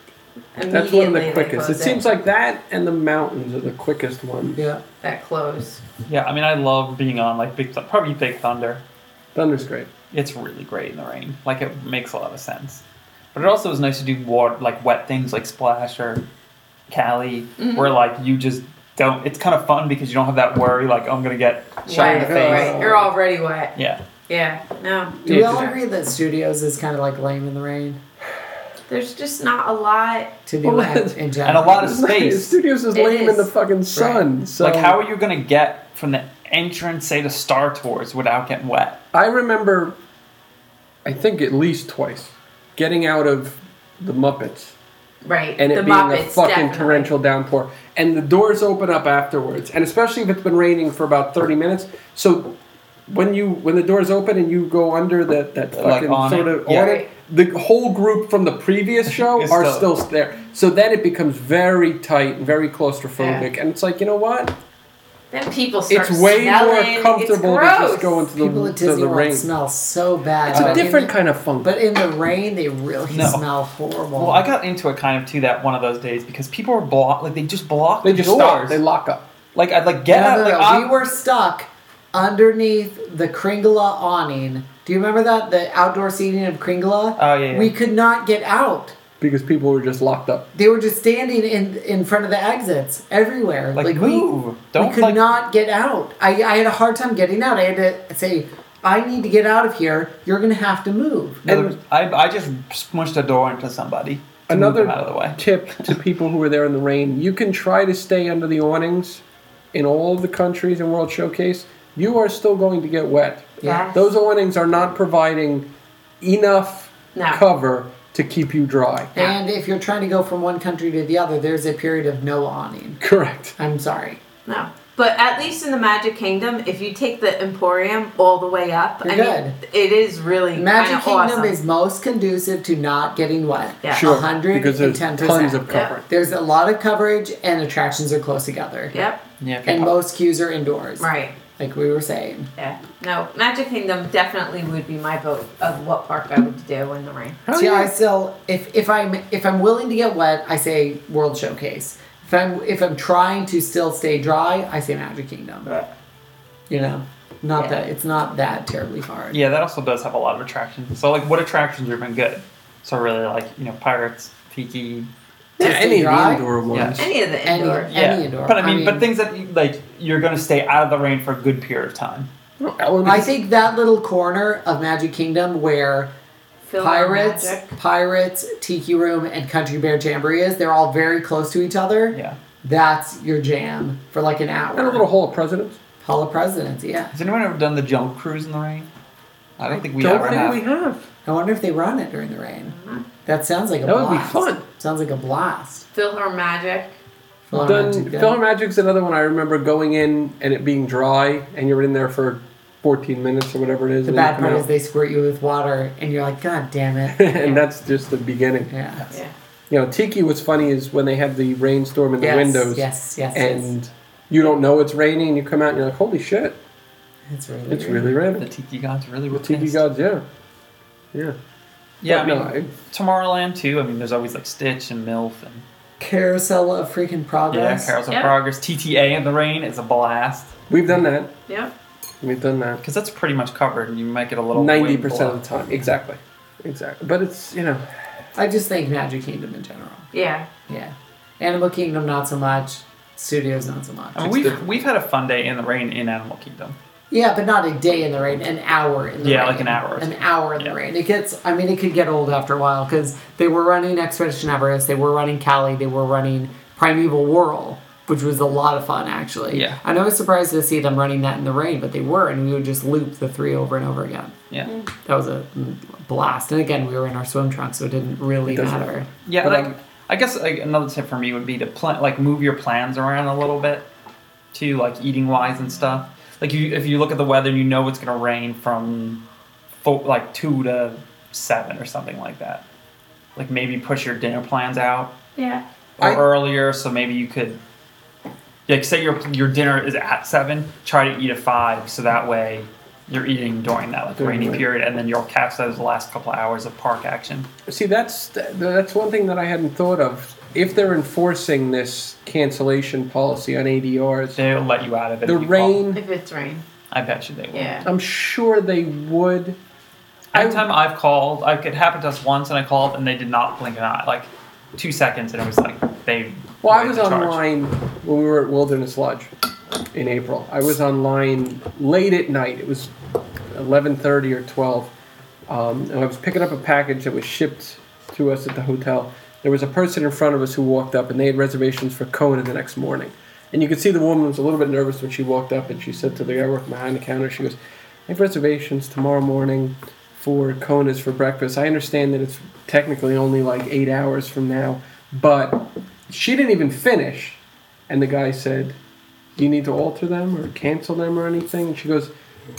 immediately
That's one of the
they
quickest.
close
It seems like that and the mountains are the quickest ones.
Yeah.
that close.
Yeah, I mean, I love being on like big, Thu- probably Big Thunder.
Thunder's great.
It's really great in the rain. Like it makes a lot of sense. But it also is nice to do water, like wet things like Splash or Cali, where like you just don't. It's kind of fun because you don't have that worry like "Oh, I'm gonna get shot in the
Right,
face.
right. You're already wet.
Yeah,
Yeah. No.
Do we
Yeah,
all
sure.
agree that studios is kind of like lame in the rain
There's just not a lot.
to be
Well,
left in
and a
general?
lot
[laughs]
of
The
space.
studios is
It
lame in
is.
the fucking sun. So
Like, how are you gonna get from the entrance, say, to Star Tours without getting wet?
I remember, I think at least twice, getting out of the Muppets
Right.
and it
the
being
Muppets,
a fucking
definitely.
torrential downpour, and the doors open up afterwards, and especially if it's been raining for about thirty minutes. So when you when the doors open and you go under that that
Like
fucking
on
sort
it,
of
yeah.
on it, the whole group from the [laughs] previous show
Is
are
still-
still there. So then it becomes very tight, and very claustrophobic, and it's like you know what?
Then people start
it's way
smelling.
more comfortable
it's
to
gross.
just go into the,
People at
to
Disney
the rain.
World smell so bad.
It's
but
a
in the-
different kind of funk.
But in the rain, they really
No.
smell horrible.
Well, I got into it kind of too that one of those days because people were blocked. Like they just blocked.
they
the
just
doors.
stop. They lock up.
Like I'd like get
No,
out.
no,
like,
no.
I'm-
we were stuck underneath the Kringla awning. Do you remember that? The outdoor seating of Kringla?
Oh, yeah, yeah.
We could not get out.
Because people were just locked up.
They were just standing in in front of the exits everywhere.
Like,
Like, we,
move. Don't
we could
like,
not get out. I, I had a hard time getting out. I had to say, I need to get out of here. You're going to have to move.
No, there was- I, I just smushed a door into somebody. To
Another
move them out of the way.
[laughs] tip to people who are there in the rain: you can try to stay under the awnings in all of the countries in World Showcase. You are still going to get wet.
Yes.
Those awnings are not providing enough
No.
cover to keep you dry.
Yeah.
And if you're trying to go from one country to the other, there's a period of no awning.
Correct.
I'm sorry.
No. But at least in the Magic Kingdom, if you take the Emporium all the way up,
You're
I
good.
mean, it is really
Magic
kinda
Kingdom
awesome.
is most conducive to not getting wet.
Yeah.
Sure,
110%.
because there's tons of
Yeah.
cover.
There's a lot of coverage and attractions are close together.
Yep.
Yeah, okay.
And most queues are indoors.
Right.
Like we were saying.
Yeah. No, Magic Kingdom definitely would be my vote of what park I would do in the rain.
Hell
See,
Oh, yeah.
I still if if I'm if I'm willing to get wet, I say World Showcase. If I'm if I'm trying to still stay dry, I say Magic Kingdom. You know? Not
Yeah.
that it's not that terribly hard.
yeah, that also does have a lot of attractions. So like, what attractions have been good? So really, like you know, pirates, tiki.
Yeah,
Just
any
stay
of the
dry.
indoor ones.
Any of the
Any-
indoor.
Yeah,
indoor.
but I
I
mean,
mean-
but things that you- like you're going to stay out of the rain for a good period of time.
I think that little corner of Magic Kingdom where
Feel
Pirates,
Magic.
Pirates, Tiki Room, and Country Bear Jamboree is. They're all very close to each other.
Yeah.
That's your jam for like an hour.
and a little hall of presidents.
Hall of Presidents, yeah.
Has anyone ever done the jump cruise in the rain? I don't think we
Don't
ever
think
have.
we have.
I wonder if they run it during the rain. That sounds like a
That would be
blast.
fun.
Sounds like a blast.
Filler Magic.
Philharmonic,
Done.
yeah.
Film Magic's another one I remember going in and it being dry, and you're in there for 14 minutes or whatever it is.
The
and then you
bad
come
part
out.
is they squirt you with water and you're like, God damn it.
[laughs] and that's just the beginning.
Yeah.
Yeah.
You know, Tiki, what's funny is when they have the rainstorm in the
yes,
windows,
Yes, yes,
and you don't know it's raining, and you come out and you're like, holy shit,
yes. It's really
it's
weird.
really
The
raining.
tiki gods really were
The Tiki
pissed.
gods, yeah. Yeah.
Yeah, I
But
mean,
no, I-
Tomorrowland too. I mean, there's always like Stitch and Milf and
Carousel of freaking
yeah,
progress.
Carols of
Yeah.
Progress. TTA in the rain is a blast
we've done that.
Yep.
We've done that.
because that's pretty much covered, and you might get a little wind
90%
blow.
of the time. Exactly. Exactly. But it's, you know,
I just think Magic Kingdom in general.
Yeah.
Yeah. Animal Kingdom, not so much. Studios, not so much.
I mean,
It's
we've
different.
we've had a fun day in the rain in Animal Kingdom.
Yeah, but not a day in the rain, an hour in the
Yeah,
rain.
like an hour or
An
two.
hour in
Yeah.
the rain. It gets, I mean, it could get old after a while because they were running Expedition Everest, they were running Cali, they were running Primeval Whirl, which was a lot of fun, actually.
Yeah.
And I was surprised to see them running that in the rain, but they were, and we would just loop the three over and over again.
Yeah,
That was a mm, blast. And again, we were in our swim trunks, so it didn't really
It doesn't
matter.
yeah.
But,
like
um,
I guess like, another tip for me would be to plan, like move your plans around a little bit, too, like eating wise and stuff. Like you, if you look at the weather and you know it's gonna rain from, four, like two to seven or something like that. Like maybe push your dinner plans out
Yeah.
or
I-
earlier, so maybe you could. Like say your your dinner is at seven, try to eat at five, so that way you're eating during that like
During
rainy
the-
period, and then you'll catch those last couple hours of park action.
See, that's that's one thing that I hadn't thought of. If they're enforcing this cancellation policy on ADRs,
They'll let you out of it.
the
if you call.
rain,
If it's rain.
I bet you they will.
Yeah.
I'm sure they would.
Every time I've called, I it happened to us once, and I called, and they did not blink an eye, like two seconds, and it was like they.
Well, I
waived
was
the charge.
online when we were at Wilderness Lodge in April. I was online late at night. It was 11:30 or 12, um, and I was picking up a package that was shipped to us at the hotel. There was a person in front of us who walked up, and they had reservations for Kona the next morning. And you could see the woman was a little bit nervous when she walked up, and she said to the guy working behind the counter, she goes, "I have reservations tomorrow morning." For Kona's for breakfast. I understand that it's technically only like eight hours from now, but she didn't even finish, and the guy said, "Do you need to alter them or cancel them or anything?" And she goes,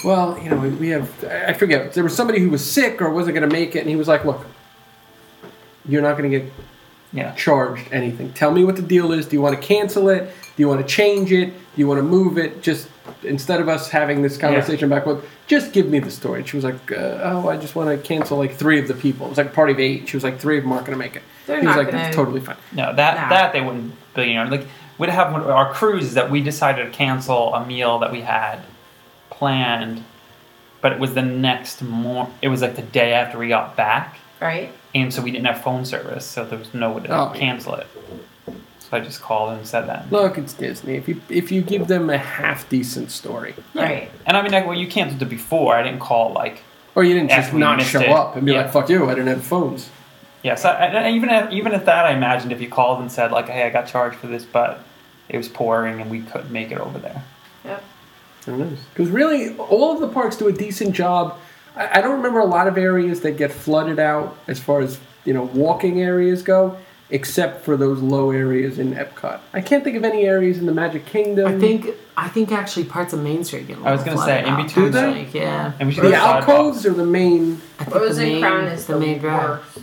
"Well, you know, we- we have I I forget. There was somebody who was sick or wasn't going to make it, and he was like, "Look, you're not going to get
Yeah.
charged anything. Tell me what the deal is. Do you want to cancel it? Do you want to change it? Do you want to move it? Just instead of us having this conversation back with, just give me the story. And she was like, uh, "Oh, I just want to cancel like three of the people. It was like a party of eight. She was like, three of them aren't going to make it."
They're
he was
not
like,
gonna-
"That's totally fine."
No, that
Nah.
that they wouldn't. But you know, like we'd have one, our cruise is that we decided to cancel a meal that we had planned, but it was the next mor It was like the day after we got back,
Right?
and so we didn't have phone service, so there was no way to
Oh, yeah.
cancel it. So I just called and said that.
Look, it's Disney. If you if you give them a half decent story,
Right.
And I mean, like, well, you canceled it before. I didn't call like
or you didn't just
After we
not
missed
show
it.
up and be
Yeah.
like, "Fuck you, I didn't have phones."
Yes, I, and- and even at, even at that, I imagined if you called and said like, "Hey, I got charged for this, but it was pouring and we couldn't make it over there."
Yep.
Because really, all of the parks do a decent job. I, I don't remember a lot of areas that get flooded out as far as you know walking areas go, except for those low areas in Epcot. I can't think of any areas in the Magic Kingdom.
I think I think actually parts of Main Street get. a
I was
little
gonna say,
flooded
in
out.
between
Do
Like, yeah.
And we should
the
go to sidewalks.
alcoves are the main
I think the
Rose
main,
Crown is
the,
the,
main drive.
worst.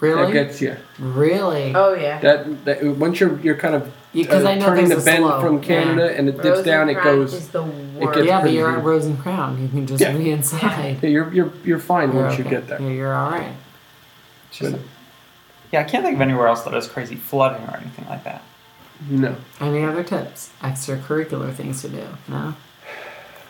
Really,
that gets you.
really.
Oh yeah.
That, that once you're you're kind of uh,
Yeah, 'cause I know
turning the
there's a
bend
slope,
from
yeah.
Canada and it dips down, it
Rosencrantz
goes.
Is the worst.
gets-
yeah, but
pretty
you're at
deep.
Rose and Crown. You can just
Yeah.
be inside.
Yeah, you're you're you're fine
You're
[laughs] once you
okay.
get there.
Yeah, you're all right.
It's just- yeah, I can't think of anywhere else that has crazy flooding or anything like that.
No.
Any other tips? Extracurricular things to do? No.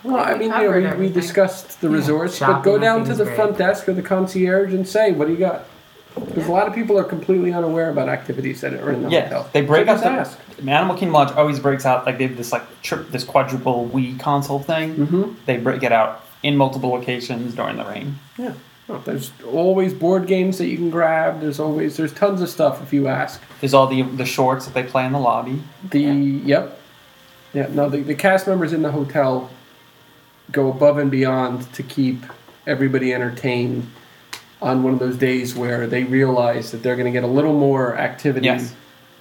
Well, I
we
mean, you
covered
know, we, we
everything.
discussed the resorts, but
shopping,
go
I
down
think,
to
is
the
great.
front desk or the concierge and say, "What do you got?" Because a lot of people are completely unaware about activities that are in the
Yeah,
hotel.
they break
so
out
just
the
ask.
Animal Kingdom Lodge always breaks out like they have this like trip this quadruple Wii console thing.
Mm-hmm.
They break it out in multiple locations during the rain.
Yeah. Well, Oh, there's always board games that you can grab. There's always there's tons of stuff if you ask.
There's all the the shorts that they play in the lobby.
The yep, yeah. No, the, the cast members in the hotel go above and beyond to keep everybody entertained on one of those days where they realize that they're going to get a little more activity
Yes.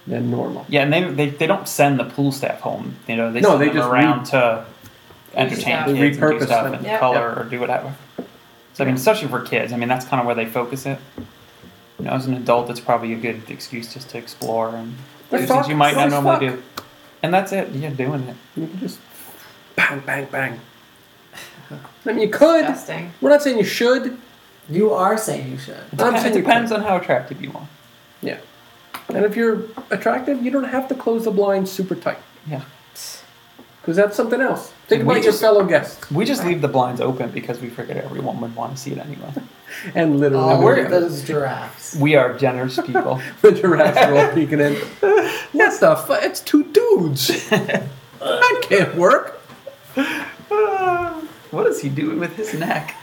than normal.
Yeah, and they, they, they don't send the pool staff home. You know, they
No,
send
they
them
just
around
re-
to entertain
stuff.
kids
They
and do
repurpose
stuff
them.
and
Yep.
color or do whatever. So I mean, especially for kids, I mean that's kind of where they focus it. You know, as an adult, it's probably a good excuse just to explore and
The
do things you
fuck?
might not
Nice
normally
fuck.
do. And that's it. You're doing it.
You could just bang, bang, bang. I mean, you could.
Disgusting.
We're not saying you should.
You are saying you should.
I'm saying
It
you
depends on how attractive you are.
Yeah. And if you're attractive, you don't have to close the blinds super tight
Yeah.
because that's something else. Think
Did we
about
just-
your fellow guests
We just leave the blinds open because we figured everyone would want to see it anyway.
and literally
Oh,
we're-
those giraffes.
We are generous
[laughs]
people.
the giraffes are all peeking in. [laughs] What the fu It's two [laughs] dudes. that can't work.
Ah, what is he doing with his neck?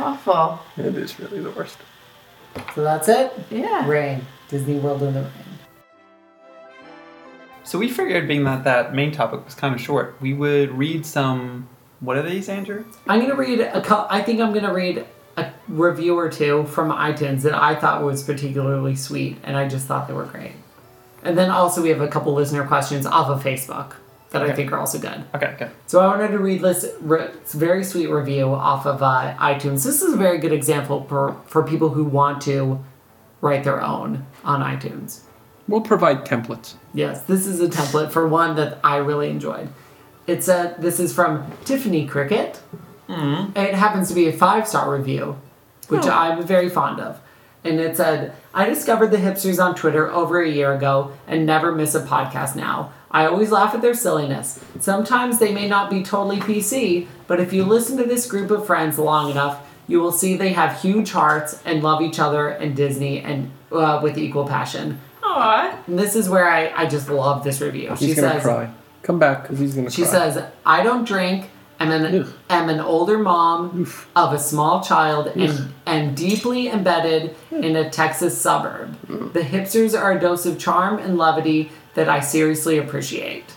Awful.
It is really the worst.
So that's it.
Yeah.
Rain. Disney World in the rain.
So we figured, being that that main topic was kind of short, we would read some. What are these, Andrew?
I'm gonna read a couple. I think I'm gonna read a review or two from iTunes that I thought was particularly sweet, and I just thought they were great. And then also we have a couple listener questions off of Facebook that I
Okay.
think are also good.
Okay, good.
So I wanted to read this re- very sweet review off of uh, iTunes. This is a very good example for, for people who want to write their own on iTunes.
We'll provide templates.
Yes, this is a template for one that I really enjoyed. It's a this is from Tiffany Cricket. Mm. It happens to be a five star review, which I'm very fond of. And it said, I discovered the hipsters on Twitter over a year ago and never miss a podcast now. I always laugh at their silliness. Sometimes they may not be totally PC, but if you listen to this group of friends long enough, you will see they have huge hearts and love each other and Disney and uh, with equal passion.
Aw.
And this is where I, I just love this review.
He's
she
gonna
says
cry. Come back because he's gonna
she
cry.
says I don't drink. I'm an
Ugh.
am an older mom of a small child and and deeply embedded in a Texas suburb. The hipsters are a dose of charm and levity that I seriously appreciate.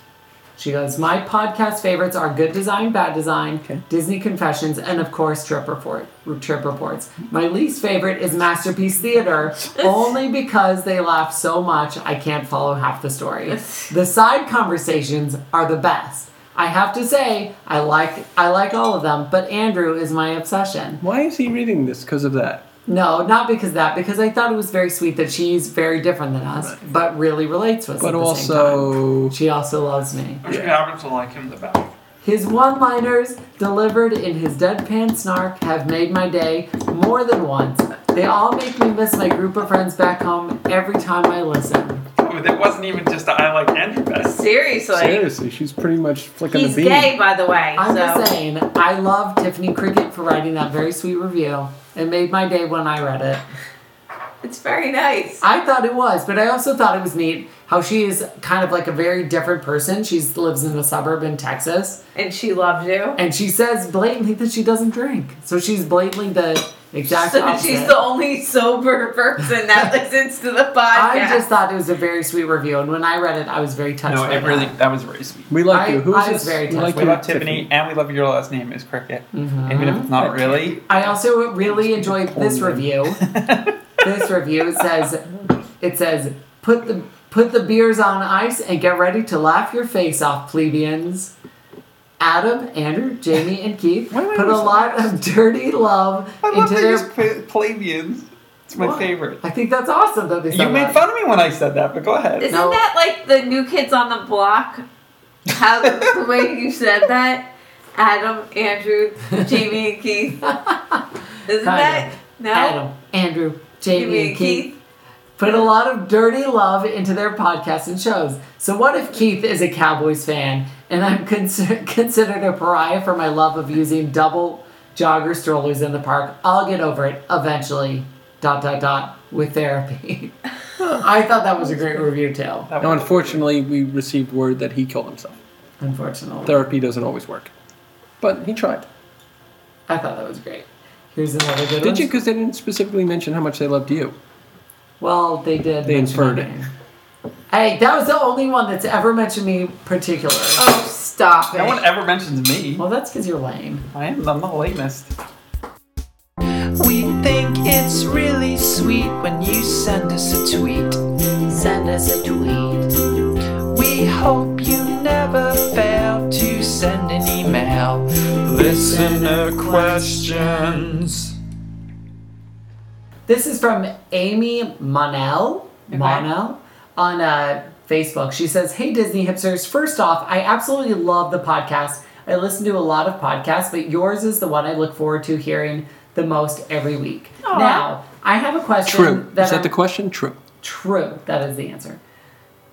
She goes, My podcast favorites are Good Design, Bad Design, Disney Confessions, and of course, Trip, Report, Trip Reports. My least favorite is Masterpiece
[laughs]
Theater, only because they laugh so much I can't follow half the
[laughs]
story. The side conversations are the best. I have to say, I like I like all of them, but Andrew is my obsession.
Why is he reading this? Because of that.
No, not because of that, because I thought it was very sweet that she's very different than us, but really relates with us. at
But
the same time.
also,
she also loves me.
Which happens to like him the best.
His one liners, delivered in his deadpan snark, have made my day more than once. They all make me miss my group of friends back home every time I listen.
Oh, that wasn't even just the I like Andrew best.
Seriously.
seriously, she's pretty much flicking
He's
the bean.
gay, by the way.
I'm
so.
just saying, I love Tiffany Cricket for writing that very sweet review. It made my day when I read it.
It's very nice.
I thought it was, but I also thought it was neat how she is kind of like a very different person. She lives in the suburb in Texas,
And she loves you.
and she says blatantly that she doesn't drink. So she's blatantly the exact
[laughs] So
opposite.
she's the only sober
[laughs]
person that listens to the podcast.
I just thought it was a very sweet review, and when I read it, I was very touched.
No,
by
it really
that.
that was very sweet.
We like
I-
you. Who's
I was
this?
very
we
touched
like
by
you,
We love Tiffany, Mm-hmm. and we love your last name is Cricket, even if it's not really.
I also really enjoyed this
[laughs]
review. this review it says, "It says put the put the beers on ice and get ready to laugh your face off, plebeians." Adam, Andrew, Jamie, and Keith
Why am I
put a
always
lot of dirty love
I love
into
that
their.
you just plebeians. It's my
What?
favorite.
I think that's awesome that they said
You made
that.
fun of me when I said that, but go ahead.
Isn't
No.
that like the new kids on the block?
[laughs]
How the way you said that, Adam, Andrew, Jamie, and
[laughs]
Keith. Isn't that
of.
no?
Adam, Andrew, Jamie,
Jamie
and Keith put a lot of dirty love into their podcasts and shows. So what if Keith is a Cowboys fan and I'm consider- [laughs] considered a pariah for my love of using double jogger strollers in the park? I'll get over it eventually. Dot dot dot with therapy. [laughs] I thought that was a great review too.
Now, unfortunately, we received word that he killed himself.
Unfortunately,
Therapy doesn't always work, but he tried.
I thought that was great. Here's another good one.
Did you? Because they didn't specifically mention how much they loved you.
Well, they did.
They
mention my
inferred it.
name. Hey, that was the only one that's ever mentioned me particularly.
Oh, stop it!
No one ever mentions me.
Well, that's because you're lame.
I am I'm the lamest.
We think it's really sweet when you send us a tweet.
Send us a tweet.
We hope you never fail to send an email. Listener questions.
This is from Amy Monell. Monell on uh, Facebook. She says, "Hey Disney hipsters! First off, I absolutely love the podcast. I listen to a lot of podcasts, but yours is the one I look forward to hearing the most every week. Now, I have a question.
True.
That
Is that the
I'm-
question? True.
True. That is the answer.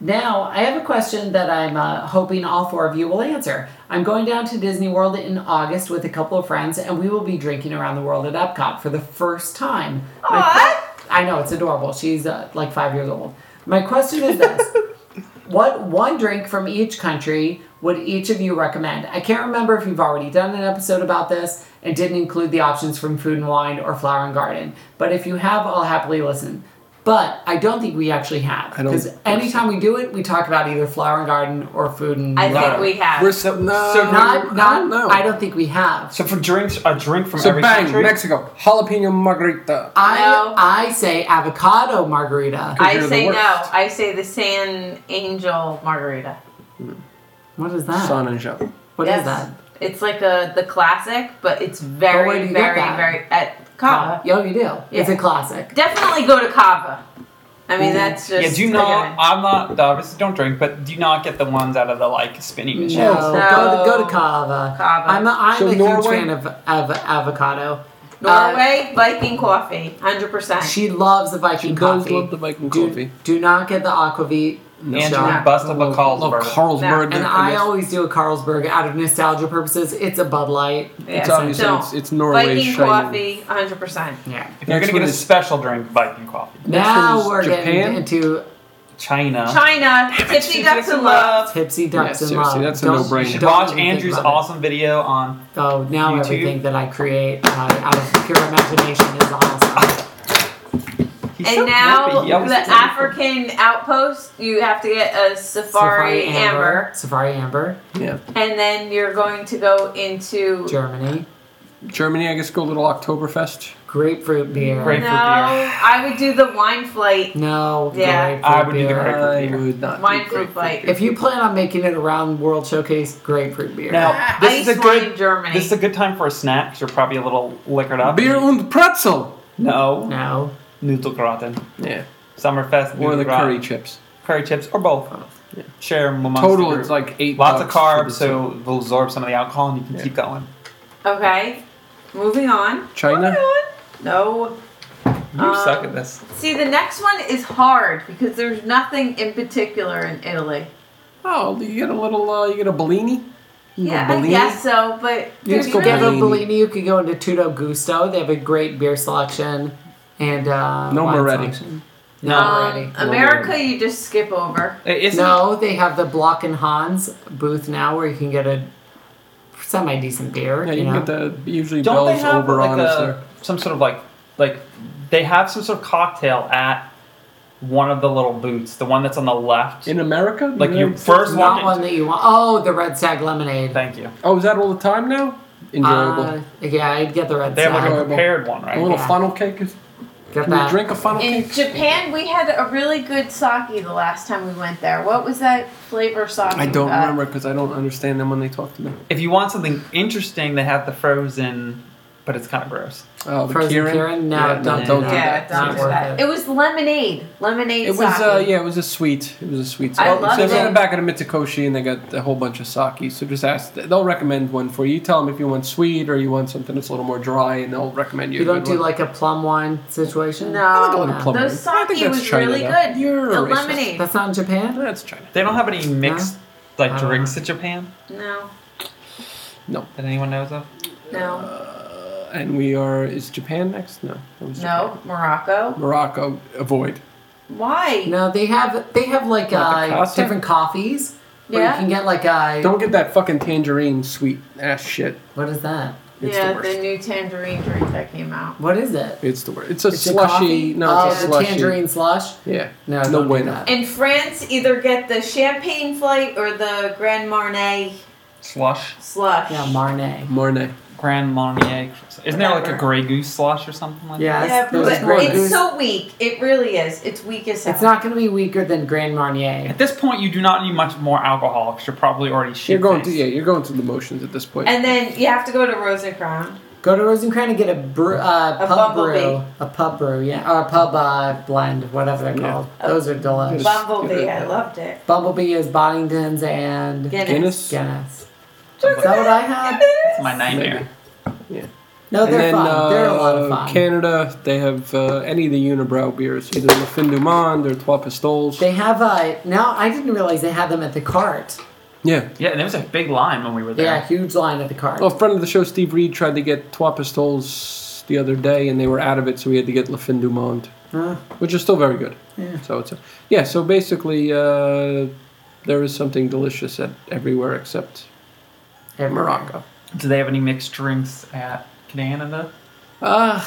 Now, I have a question that I'm uh, hoping all four of you will answer. I'm going down to Disney World in August with a couple of friends, and we will be drinking around the world at Epcot for the first time. My que- I know, it's adorable. She's uh, like five years old. My question is this What one drink from each country would each of you recommend? I can't remember if you've already done an episode about this and didn't include the options from Food and Wine or Flower and Garden, but if you have, I'll happily listen. But I don't think we actually have.
I don't
Because anytime we do it, we talk about either flower and garden or food and
I
water.
think we have.
We're so no,
So
Not,
I
not,
don't know.
I don't think we have.
So for drinks, a drink from
so
every
bang,
country.
Mexico, jalapeno margarita.
I
No.
I say avocado margarita.
I
you're the
say no.
worst.
I say the San Angel Margarita.
What is that?
San and Jean.
What is
Yes.
that?
It's like a the classic, but it's very,
where do you get
very,
that? Uh-huh.
very at Cava.
Yo, you do. It's a classic.
Definitely go to Cava. I mean, that's just
Yeah, do
forget
not.
it.
I'm not. Obviously, don't drink, but do not get the ones out of the like spinny
Mm.
machine.
No,
No.
Go, to, go to Cava.
Cava.
I'm a, I'm
So
a huge
Norway-
fan of, of avocado.
uh,
Norway Viking coffee, hundred percent.
Uh, she loves the Viking
She
coffee.
does love the Viking
do,
coffee.
Do not get the aquavit.
Andrew,
shot.
bust up a
Little
Carlsberg.
Carlsberg.
And I always do a Carlsberg out of nostalgia purposes. It's a Bud Light.
It's obviously it's, it's Norway
Viking
shiny.
coffee, hundred percent.
Yeah.
If you're
Next
gonna
one
get a
is-
special drink, Viking coffee.
Now
one is
we're
Japan.
getting into
China.
China, tipsy ducks in love.
tipsy ducks in
seriously,
love.
that's a
Don't-
no-brainer.
don't
Watch
even think
Andrew's
about it.
awesome video on.
Oh, now
YouTube.
everything that I create uh, out of pure imagination is awesome.
He's
And
so grumpy.
now
He always
the
looks like-
African outpost, you have to get a safari, amber.
Safari Amber,
Yeah,
and then you're going to go into
Germany.
Germany. I guess go a little Oktoberfest.
Grapefruit beer.
Grape-
No,
for beer.
I would do the wine flight.
no,
Yeah.
grapefruit
I would do the
beer.
grape-
I
Grapefruit beer.
would not. do
Wine fruit
grapefruit
flight.
beer.
If you plan on making it around World Showcase, grapefruit beer.
Now this
Oh, Ice
is a
wine in
good.
Germany.
This is a good time for a snack. 'cause You're probably a little liquored up.
beer und pretzel.
No.
No.
Nudelgratin.
Yeah,
Summerfest.
or the
Nudelgratin.
curry chips.
Curry chips or both. Share them amongst the
Total,
group.
it's like eight.
Lots of
bucks for the
carbs, so they'll absorb some of the alcohol, and you can
Yeah.
keep going.
Okay, moving on.
two. China.
Moving on. No.
You
Um,
suck at this.
See, the next one is hard because there's nothing in particular in Italy.
Oh, you get a little. Uh, you get a Bellini. You get a
Yeah, I
Bellini?
guess so, but
You
there's
just go
Get a
really,
Bellini.
Bellini. You could go into Tutto Gusto. They have a great beer selection and uh,
No
wine
Moretti.
selection. No
um,
Moretti.
America, you just skip over.
Hey, Isn't
No, they have the Block and Hans booth now where you can get a semi decent beer.
Yeah,
you
you
know?
can get the usually
Don't
Bell's
they have
over
like
on us there.
a, some sort of like like they have some sort of cocktail at one of the little booths, the one that's on the left.
In America,
like you
United
first
States?
walk
Not
in-
one that you want. Oh, the Red Stag Lemonade.
Thank you.
Oh, is that all the time now? Enjoyable.
Uh, yeah, I'd get the Red
They have like a
Stag.
Enjoyable.
prepared one,
a
right?
little
yeah.
funnel cake. Is,
Get
can you
that.
drink a funnel
In
cake?
Japan, we had a really good sake the last time we went there. What was that flavor sake?
I don't
uh,
remember because I don't understand them when they talk to me.
If you want something interesting, they have the frozen, but it's kind of gross.
Oh, the
Frozen
Kirin.
Kirin? No,
yeah,
don't
no,
do
don't
that.
do
Yeah,
that.
don't do
worth
that.
it.
It was lemonade. Lemonade
It was
sake.
uh, yeah, it was a sweet. It was a sweet.
I
sake.
love
so they
it.
went back at a Mitsukoshi and they got a whole bunch of sake. So just ask. They'll recommend one for you. You Tell them if you want sweet or you want something that's a little more dry, and they'll recommend you.
You
a
don't
good
do
one.
like a plum wine situation?
I think
No,
I would've plumbed
Oh, the
it. I think
sake
that's
was
China,
really
though.
good.
You're
the
a racist.
lemonade.
That's not in Japan?
That's China.
They don't have any mixed like
Uh-huh.
Uh,
drinks in Japan
No,
No.
that anyone knows of.
no,
And we are. Is Japan next? No. That was Japan.
no. Morocco.
Morocco. Avoid.
Why?
No, they have they have like
Like a
uh,
Costa?
different coffees where
Yeah.
you can get like a
Don't get that fucking tangerine sweet ass shit.
what is that?
It's
yeah,
the worst.
new tangerine drink that came out.
What is it?
It's the worst. It's a
It's a
slushy.
coffee?
no,
oh,
it's a
the
slushy.
tangerine slush.
Yeah.
No,
no
don't do
bueno.
that.
In France, either get the champagne flight or the Grand Marnier
Slush,
slush.
Yeah, Marnay.
Mornay.
Grand Marnier. Isn't there like a
Whatever.
Grey Goose slush or something like
Yes,
Yeah,
those
but
are great.
it's so weak. It really is. It's weak as hell.
It's not going to be weaker than Grand
that?
Marnier.
At this point, you do not need much more alcohol because you're probably already shit.
You're going through. Yeah, you're going through the motions at this point.
And then you have to go to Rosencrown.
Go to Rosencrantz and get a, brew, uh,
A
pub
bumblebee.
brew, a pub brew, yeah, or a pub uh, blend, whatever they're
Yeah.
called. Those are delicious.
Bum-
Bumblebee. I loved it.
Bumblebee is Boddington's and
Guinness.
Guinness.
Guinness. Is that what I had?
It's my nightmare.
No,
And
they're
then
fun. they're a lot of
uh,
fun.
Canada, they have uh, any of the unibrow beers, either the Fin du Monde or Trois Pistoles.
They have a now. I didn't realize they had them at the cart.
yeah.
Yeah, and there was a big line when we were there.
Yeah, huge line at the cart.
Well, a friend of the show, Steve Reed, tried to get Trois Pistoles the other day, and they were out of it, so we had to get Le Fin du Monde,
Huh.
which is still very good.
Yeah.
So it's a, yeah. So basically, uh, there is something delicious at everywhere except
Everywhere.
Morocco.
Do they have any mixed drinks at Canada?
Uh,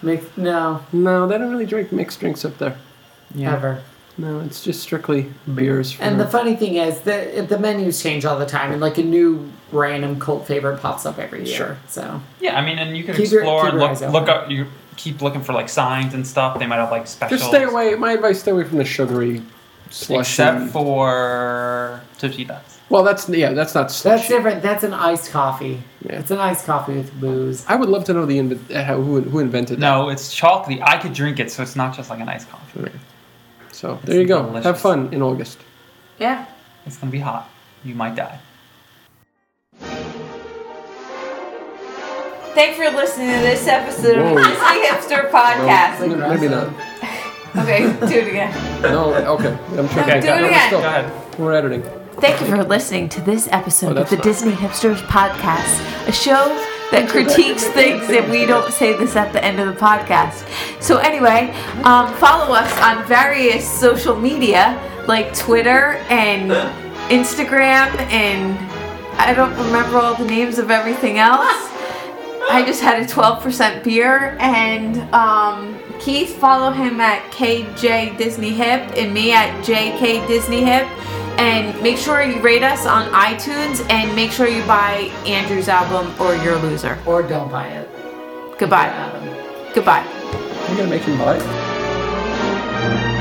Mix, no,
No, they don't really drink mixed drinks up there.
never.
No, it's just strictly beers. For
And the funny thing is that the menus change all the time, and like a new random cult favorite pops up every year.
Sure.
So
Yeah, I mean, and you can
Keep your-
explore
keep
and
your
look,
eyes open.
look up. You keep looking for like signs and stuff. They might have like specials.
just stay away. My advice: stay away from the sugary slushy.
Except for Tootsie Ducks.
well, that's yeah, that's not slushy.
that's different. That's an iced coffee.
Yeah.
It's an iced coffee with booze.
I would love to know the inv- uh, how, who who invented that.
No, it's chocolatey. I could drink it, so it's not just like an iced coffee.
So there you go. Have
delicious.
fun in August.
Yeah.
It's gonna be hot. You might die.
Thanks for listening to this episode
Whoa.
of Honestly Hipster
No,
Podcast.
m- maybe not.
Okay, do it again.
No, okay. I'm sure.
Okay,
we
do
got
it
but
again.
still,
Go ahead.
We're editing.
Thank you for listening to this episode
Oh,
of the
that's
Disney Hipsters Podcast, a show that critiques things that we don't say this at the end of the podcast. So, anyway, um, follow us on various social media like Twitter and Instagram, and I don't remember all the names of everything else. I just had a 12% beer, and um, Keith, follow him at KJ Disney Hip, and me at JK Disney Hip. And make sure you rate us on iTunes, and make sure you buy Andrew's album or You're a Loser.
Or don't buy it.
Goodbye. Goodbye.
We're gonna make him buy. it.
Bye.